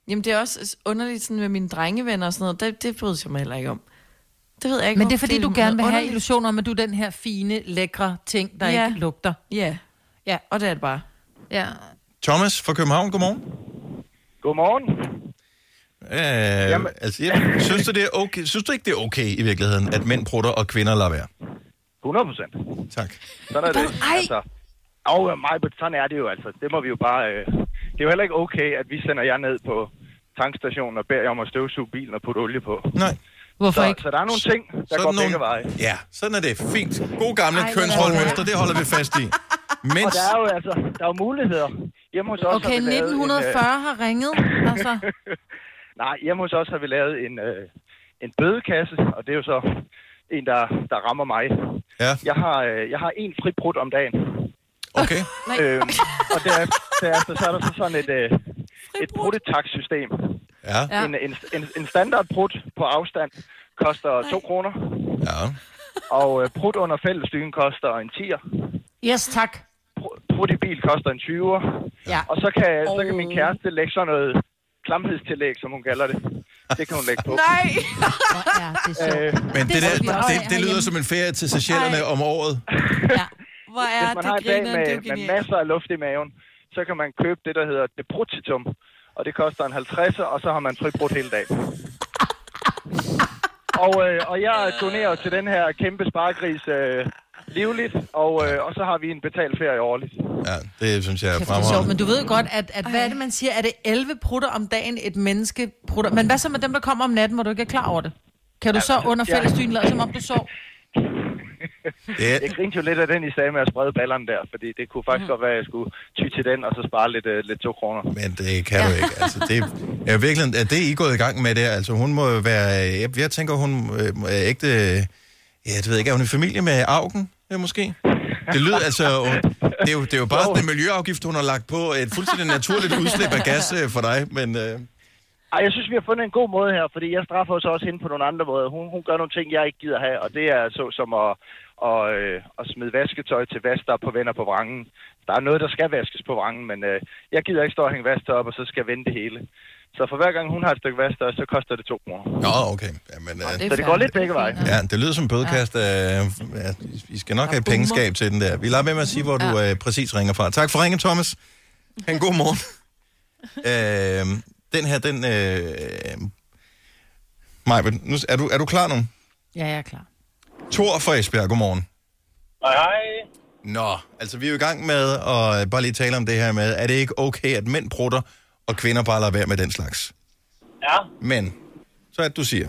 Speaker 3: Jamen, det er også underligt sådan med mine drengevenner og sådan noget. Det, det bryder jeg mig heller ikke om. Det ved jeg ikke.
Speaker 2: Men det er
Speaker 3: hvorfor.
Speaker 2: fordi, du gerne vil have
Speaker 3: underligt.
Speaker 2: illusioner om, at du er den her fine, lækre ting, der
Speaker 3: Ja.
Speaker 2: ikke lugter.
Speaker 3: Ja.
Speaker 2: Ja.
Speaker 3: Og det er det bare.
Speaker 2: Ja.
Speaker 1: Thomas fra København, godmorgen.
Speaker 15: Godmorgen.
Speaker 1: Øh, altså, jeg, synes, du, det er okay, synes du ikke, det er okay i virkeligheden, at mænd prutter og kvinder lader være?
Speaker 15: 100 procent.
Speaker 1: Tak.
Speaker 15: Sådan er det. Altså, og mig, men sådan er det jo altså. Det må vi jo bare... Øh, det er jo heller ikke okay, at vi sender jer ned på tankstationen og beder jer om at støvsuge bilen og putte olie på.
Speaker 1: Nej.
Speaker 2: Hvorfor
Speaker 15: så,
Speaker 2: ikke?
Speaker 15: Så der er nogle ting, der
Speaker 1: Sådan
Speaker 15: går
Speaker 1: nogle-
Speaker 15: begge veje.
Speaker 1: Ja, sådan er det. Fint. God gamle
Speaker 15: Ej, hvor er det
Speaker 1: kønsrollemønster,
Speaker 15: godt.
Speaker 1: det holder vi fast i.
Speaker 15: Og
Speaker 1: Mens,
Speaker 15: der er jo altså, der er jo muligheder. Hjemme hos os har
Speaker 2: Okay,
Speaker 15: vi lavet øh,
Speaker 2: 1940
Speaker 15: En,
Speaker 2: har ringet, altså.
Speaker 15: øh, nej, hjemme hos os har vi lavet en, øh, en bødekasse, og det er jo så en, der, der rammer mig.
Speaker 1: Ja.
Speaker 15: Jeg har, øh, jeg har en fribrud om dagen.
Speaker 1: Okay.
Speaker 15: øhm, og derefter, derefter så er der så sådan et, øh, et brudetaksystem.
Speaker 1: Ja.
Speaker 15: En, en, en, en standard brud på afstand koster 2 kroner.
Speaker 1: Ja.
Speaker 15: Og øh, brud under fællesstyen koster en 10'er.
Speaker 2: Yes, tak.
Speaker 15: Brud i bil koster en 20'er.
Speaker 2: Ja.
Speaker 15: Og så kan, så kan min kæreste lægge sådan noget klamhedstillæg, som hun kalder det. Det kan hun lægge på.
Speaker 3: Nej!
Speaker 2: ja, det
Speaker 15: er sjovt. Øh,
Speaker 1: men det,
Speaker 15: det
Speaker 1: der,
Speaker 15: skal vi også
Speaker 1: det,
Speaker 15: have
Speaker 1: det lyder
Speaker 15: herhjemme.
Speaker 1: som en ferie til Seychellerne om året.
Speaker 3: Hvor er
Speaker 15: Hvis man
Speaker 3: det
Speaker 15: har en dag
Speaker 3: grineren,
Speaker 15: med,
Speaker 3: det er jo
Speaker 15: med
Speaker 3: genialt.
Speaker 15: masser af luft i maven, så kan man købe det, der hedder deprutitum. Og det koster en 50, og så har man fribrudt hele dagen. Og, øh, og jeg donerer til den her kæmpe sparegris øh, livligt, og, øh, og så har vi en betalt ferie årligt.
Speaker 1: Ja, det synes jeg er
Speaker 2: Det er sjovt, men
Speaker 1: fremragende.
Speaker 2: du ved godt, at, at hvad er det, man siger? Er det 11 prutter om dagen, et menneske prutter? Men hvad så med dem, der kommer om natten, hvor du ikke er klar over det? Kan du så under
Speaker 15: ja.
Speaker 2: fællesdyn lade, som om du sov?
Speaker 1: Yeah.
Speaker 15: Jeg grinte jo lidt af den, I sagde med at sprede ballerne der, fordi det kunne faktisk godt være, at jeg skulle ty til den, og så spare lidt, øh, lidt to kroner.
Speaker 1: Men det kan du ikke. Altså, det er jo virkelig, at det I er gået i gang med der. Altså, hun må jo være... Jeg, jeg tænker, hun øh, er ægte... Ja, det ved jeg ikke. Er hun i familie med Augen, øh, måske? Det lyder altså... hun- Det er jo, det er jo bare den miljøafgift, hun har lagt på. Et fuldstændig naturligt udslip af gas øh, for dig, men... Øh,
Speaker 15: Ej, jeg synes, vi har fundet en god måde her, fordi jeg straffer os også hende på nogle andre måder. Hun, hun gør nogle ting, jeg ikke gider have, og det er så som at, at, øh, at smide vasketøj til vask, der er på venner på vrangen. Der er noget, der skal vaskes på vrangen, men øh, jeg gider ikke stå og hænge vasketøj op, og så skal jeg vende det hele. Så for hver gang hun har et stykke vasketøj, så koster det to kroner.
Speaker 1: Nå, okay. Jamen, øh,
Speaker 15: Så det går lidt begge veje.
Speaker 1: Ja, det lyder som en bødekast. Ja. Ja, I skal nok have et
Speaker 15: boomer.
Speaker 1: pengeskab til den der. Vi lader med med at sige, hvor du øh, præcis ringer fra. Tak for ringen, Thomas. Ha' en god morgen. øh, den her, den... Øh, Maj, nu, er, du, er du klar nu?
Speaker 2: Ja, jeg er klar.
Speaker 1: Tor fra Esbjerg, godmorgen.
Speaker 8: Hej, hej.
Speaker 1: Nå, altså vi er jo i gang med at øh, bare lige tale om det her med, er det ikke okay, at mænd prutter, og kvinder bare lader være med den slags?
Speaker 8: Ja,
Speaker 1: Men, så at du siger,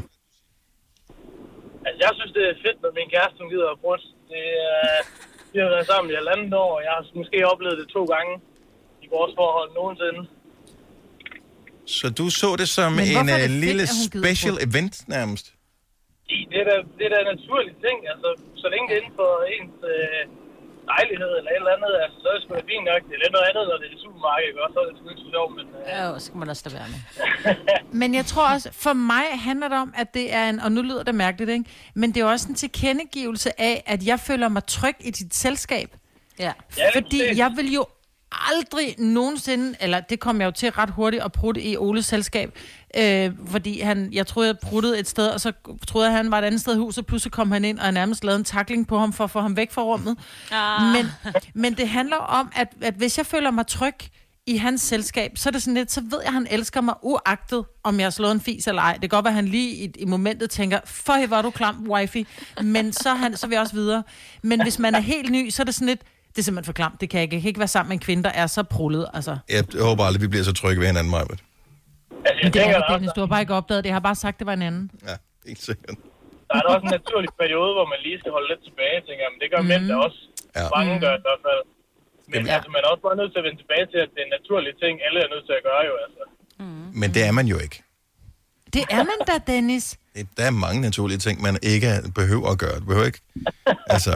Speaker 8: altså jeg synes, det er fedt, at min kæreste, hun gider at brudt. Det, øh, vi har været sammen i halvandet år, og jeg har måske oplevet det to gange i vores forhold nogensinde.
Speaker 1: så du så det som
Speaker 8: Men hvorfor
Speaker 1: en
Speaker 8: er det
Speaker 1: øh,
Speaker 8: fedt,
Speaker 1: lille
Speaker 8: at hun gider
Speaker 1: special
Speaker 8: prutte?
Speaker 1: event nærmest?
Speaker 8: Det er da, det er da en naturlig ting, altså, så længe det er inden for ens øh,
Speaker 16: lejlighed eller et eller andet, altså, så er det sgu da fint nok. Det er lidt noget andet, når det er et supermarked, ikke? og så er det sgu ikke så sjovt, men... Øh,
Speaker 5: Ja, jo, så kan man også lade være med.
Speaker 2: Men jeg tror også, for mig handler det om, at det er en, og nu lyder det mærkeligt, ikke? men det er også en tilkendegivelse af, at jeg føler mig tryg i dit selskab.
Speaker 5: Ja.
Speaker 2: Fordi jeg vil jo aldrig nogensinde, eller det kom jeg jo til ret hurtigt at prutte i Oles selskab, øh, fordi han, jeg troede, jeg pruttede et sted, og så troede jeg, han var et andet sted i huset, og pludselig kom han ind, og jeg nærmest lavede en takling på ham for at få ham væk fra rummet.
Speaker 5: Ah.
Speaker 2: Men, men det handler om, at, at hvis jeg føler mig tryg i hans selskab, så er det sådan lidt, så ved jeg, at han elsker mig uagtet, om jeg har slået en fis eller ej. Det kan godt være, at han lige i, i momentet tænker, for hvor er du klam, wifey, men så, er han, så vil jeg også videre. Men hvis man er helt ny, så er det sådan lidt, det er simpelthen for klamt, det kan jeg ikke. Jeg kan ikke være sammen med en kvinde, der er så prullet, altså.
Speaker 1: Jeg håber aldrig, vi bliver så trygge ved hinanden, Majbert.
Speaker 2: Men det er det, Dennis, du har bare ikke opdaget det. Jeg har bare sagt, det var en anden.
Speaker 1: Ja, helt sikkert.
Speaker 16: der er da også en naturlig periode, hvor man lige skal holde lidt tilbage, tænker jeg, men det gør mm. mænd da også.
Speaker 1: Ja.
Speaker 16: Mange
Speaker 2: Mm.
Speaker 16: gør i hvert fald. Men
Speaker 1: Jamen.
Speaker 16: ja. altså, man er også bare nødt til at vende tilbage til, at det er en naturlig ting, alle er nødt til at gøre jo, altså.
Speaker 1: Men det er man jo ikke.
Speaker 2: Det er man da, Dennis.
Speaker 1: Der er mange naturlige ting, man ikke behøver at gøre. Du behøver ikke. Altså,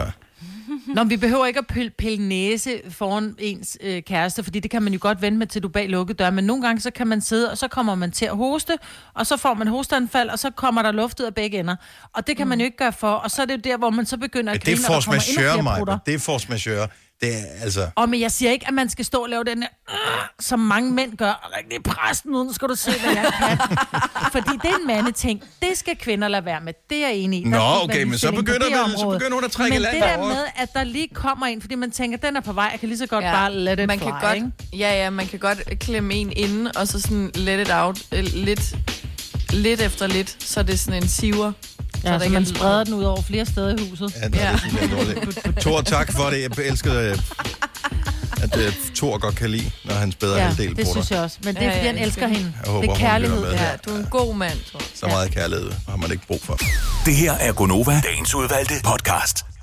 Speaker 2: Nå, men vi behøver ikke at pille, pille næse foran ens øh, kæreste, fordi det kan man jo godt vende med, til du er bag lukkede døre. Men nogle gange, så kan man sidde, og så kommer man til at hoste, og så får man hosteanfald, og så kommer der luft ud af begge ender. Og det kan man jo ikke gøre for, og så er det jo der, hvor man så begynder at
Speaker 1: det er
Speaker 2: grine, og der
Speaker 1: force
Speaker 2: kommer
Speaker 1: majeure,
Speaker 2: endnu flere prutter.
Speaker 1: Majbert. Det er force majeure. Det er altså...
Speaker 2: Og men jeg siger ikke, at man skal stå og lave den her, "Åh", som mange mænd gør. Og rigtig præsten, nu skal du se, hvad jeg kan. Fordi det er en mandeting. Det skal kvinder lade være med. Det er jeg enig i. Der
Speaker 1: Nå,
Speaker 2: skal ikke
Speaker 1: okay,
Speaker 2: være
Speaker 1: men så
Speaker 2: ligestilling på
Speaker 1: begynder
Speaker 2: det
Speaker 1: vel- så
Speaker 2: område.
Speaker 1: begynder hun at trække
Speaker 2: Men
Speaker 1: land
Speaker 2: det der
Speaker 1: over.
Speaker 2: med, at der lige kommer en, fordi man tænker, den er på vej, jeg kan lige så godt ja. bare lade det
Speaker 3: man
Speaker 2: fly,
Speaker 3: kan godt,
Speaker 2: ikke?
Speaker 3: Ja, ja, man kan godt klemme en inden, og så sådan let it out, øh, lidt, lidt efter lidt, så det er sådan en siver.
Speaker 2: Ja, så man spreder den ud over flere steder i huset.
Speaker 1: Ja, nej, ja. det synes jeg er dårligt. Thor, tak for det. Jeg elskede, øh, at øh, Thor godt kan lide, når hans bedre
Speaker 2: Ja,
Speaker 1: halvdel
Speaker 2: det
Speaker 1: bruger
Speaker 2: synes
Speaker 1: dig.
Speaker 2: jeg også. Men det er,
Speaker 3: Ja,
Speaker 2: fordi
Speaker 3: ja,
Speaker 2: han elsker
Speaker 3: det-
Speaker 2: hende.
Speaker 1: Jeg håber,
Speaker 2: det er
Speaker 1: hun lytter
Speaker 2: kærlighed.
Speaker 1: med her.
Speaker 3: Du er en god mand, tror jeg.
Speaker 1: Så meget kærlighed har man ikke brug for.
Speaker 4: Det her er Gonova, dagens udvalgte podcast.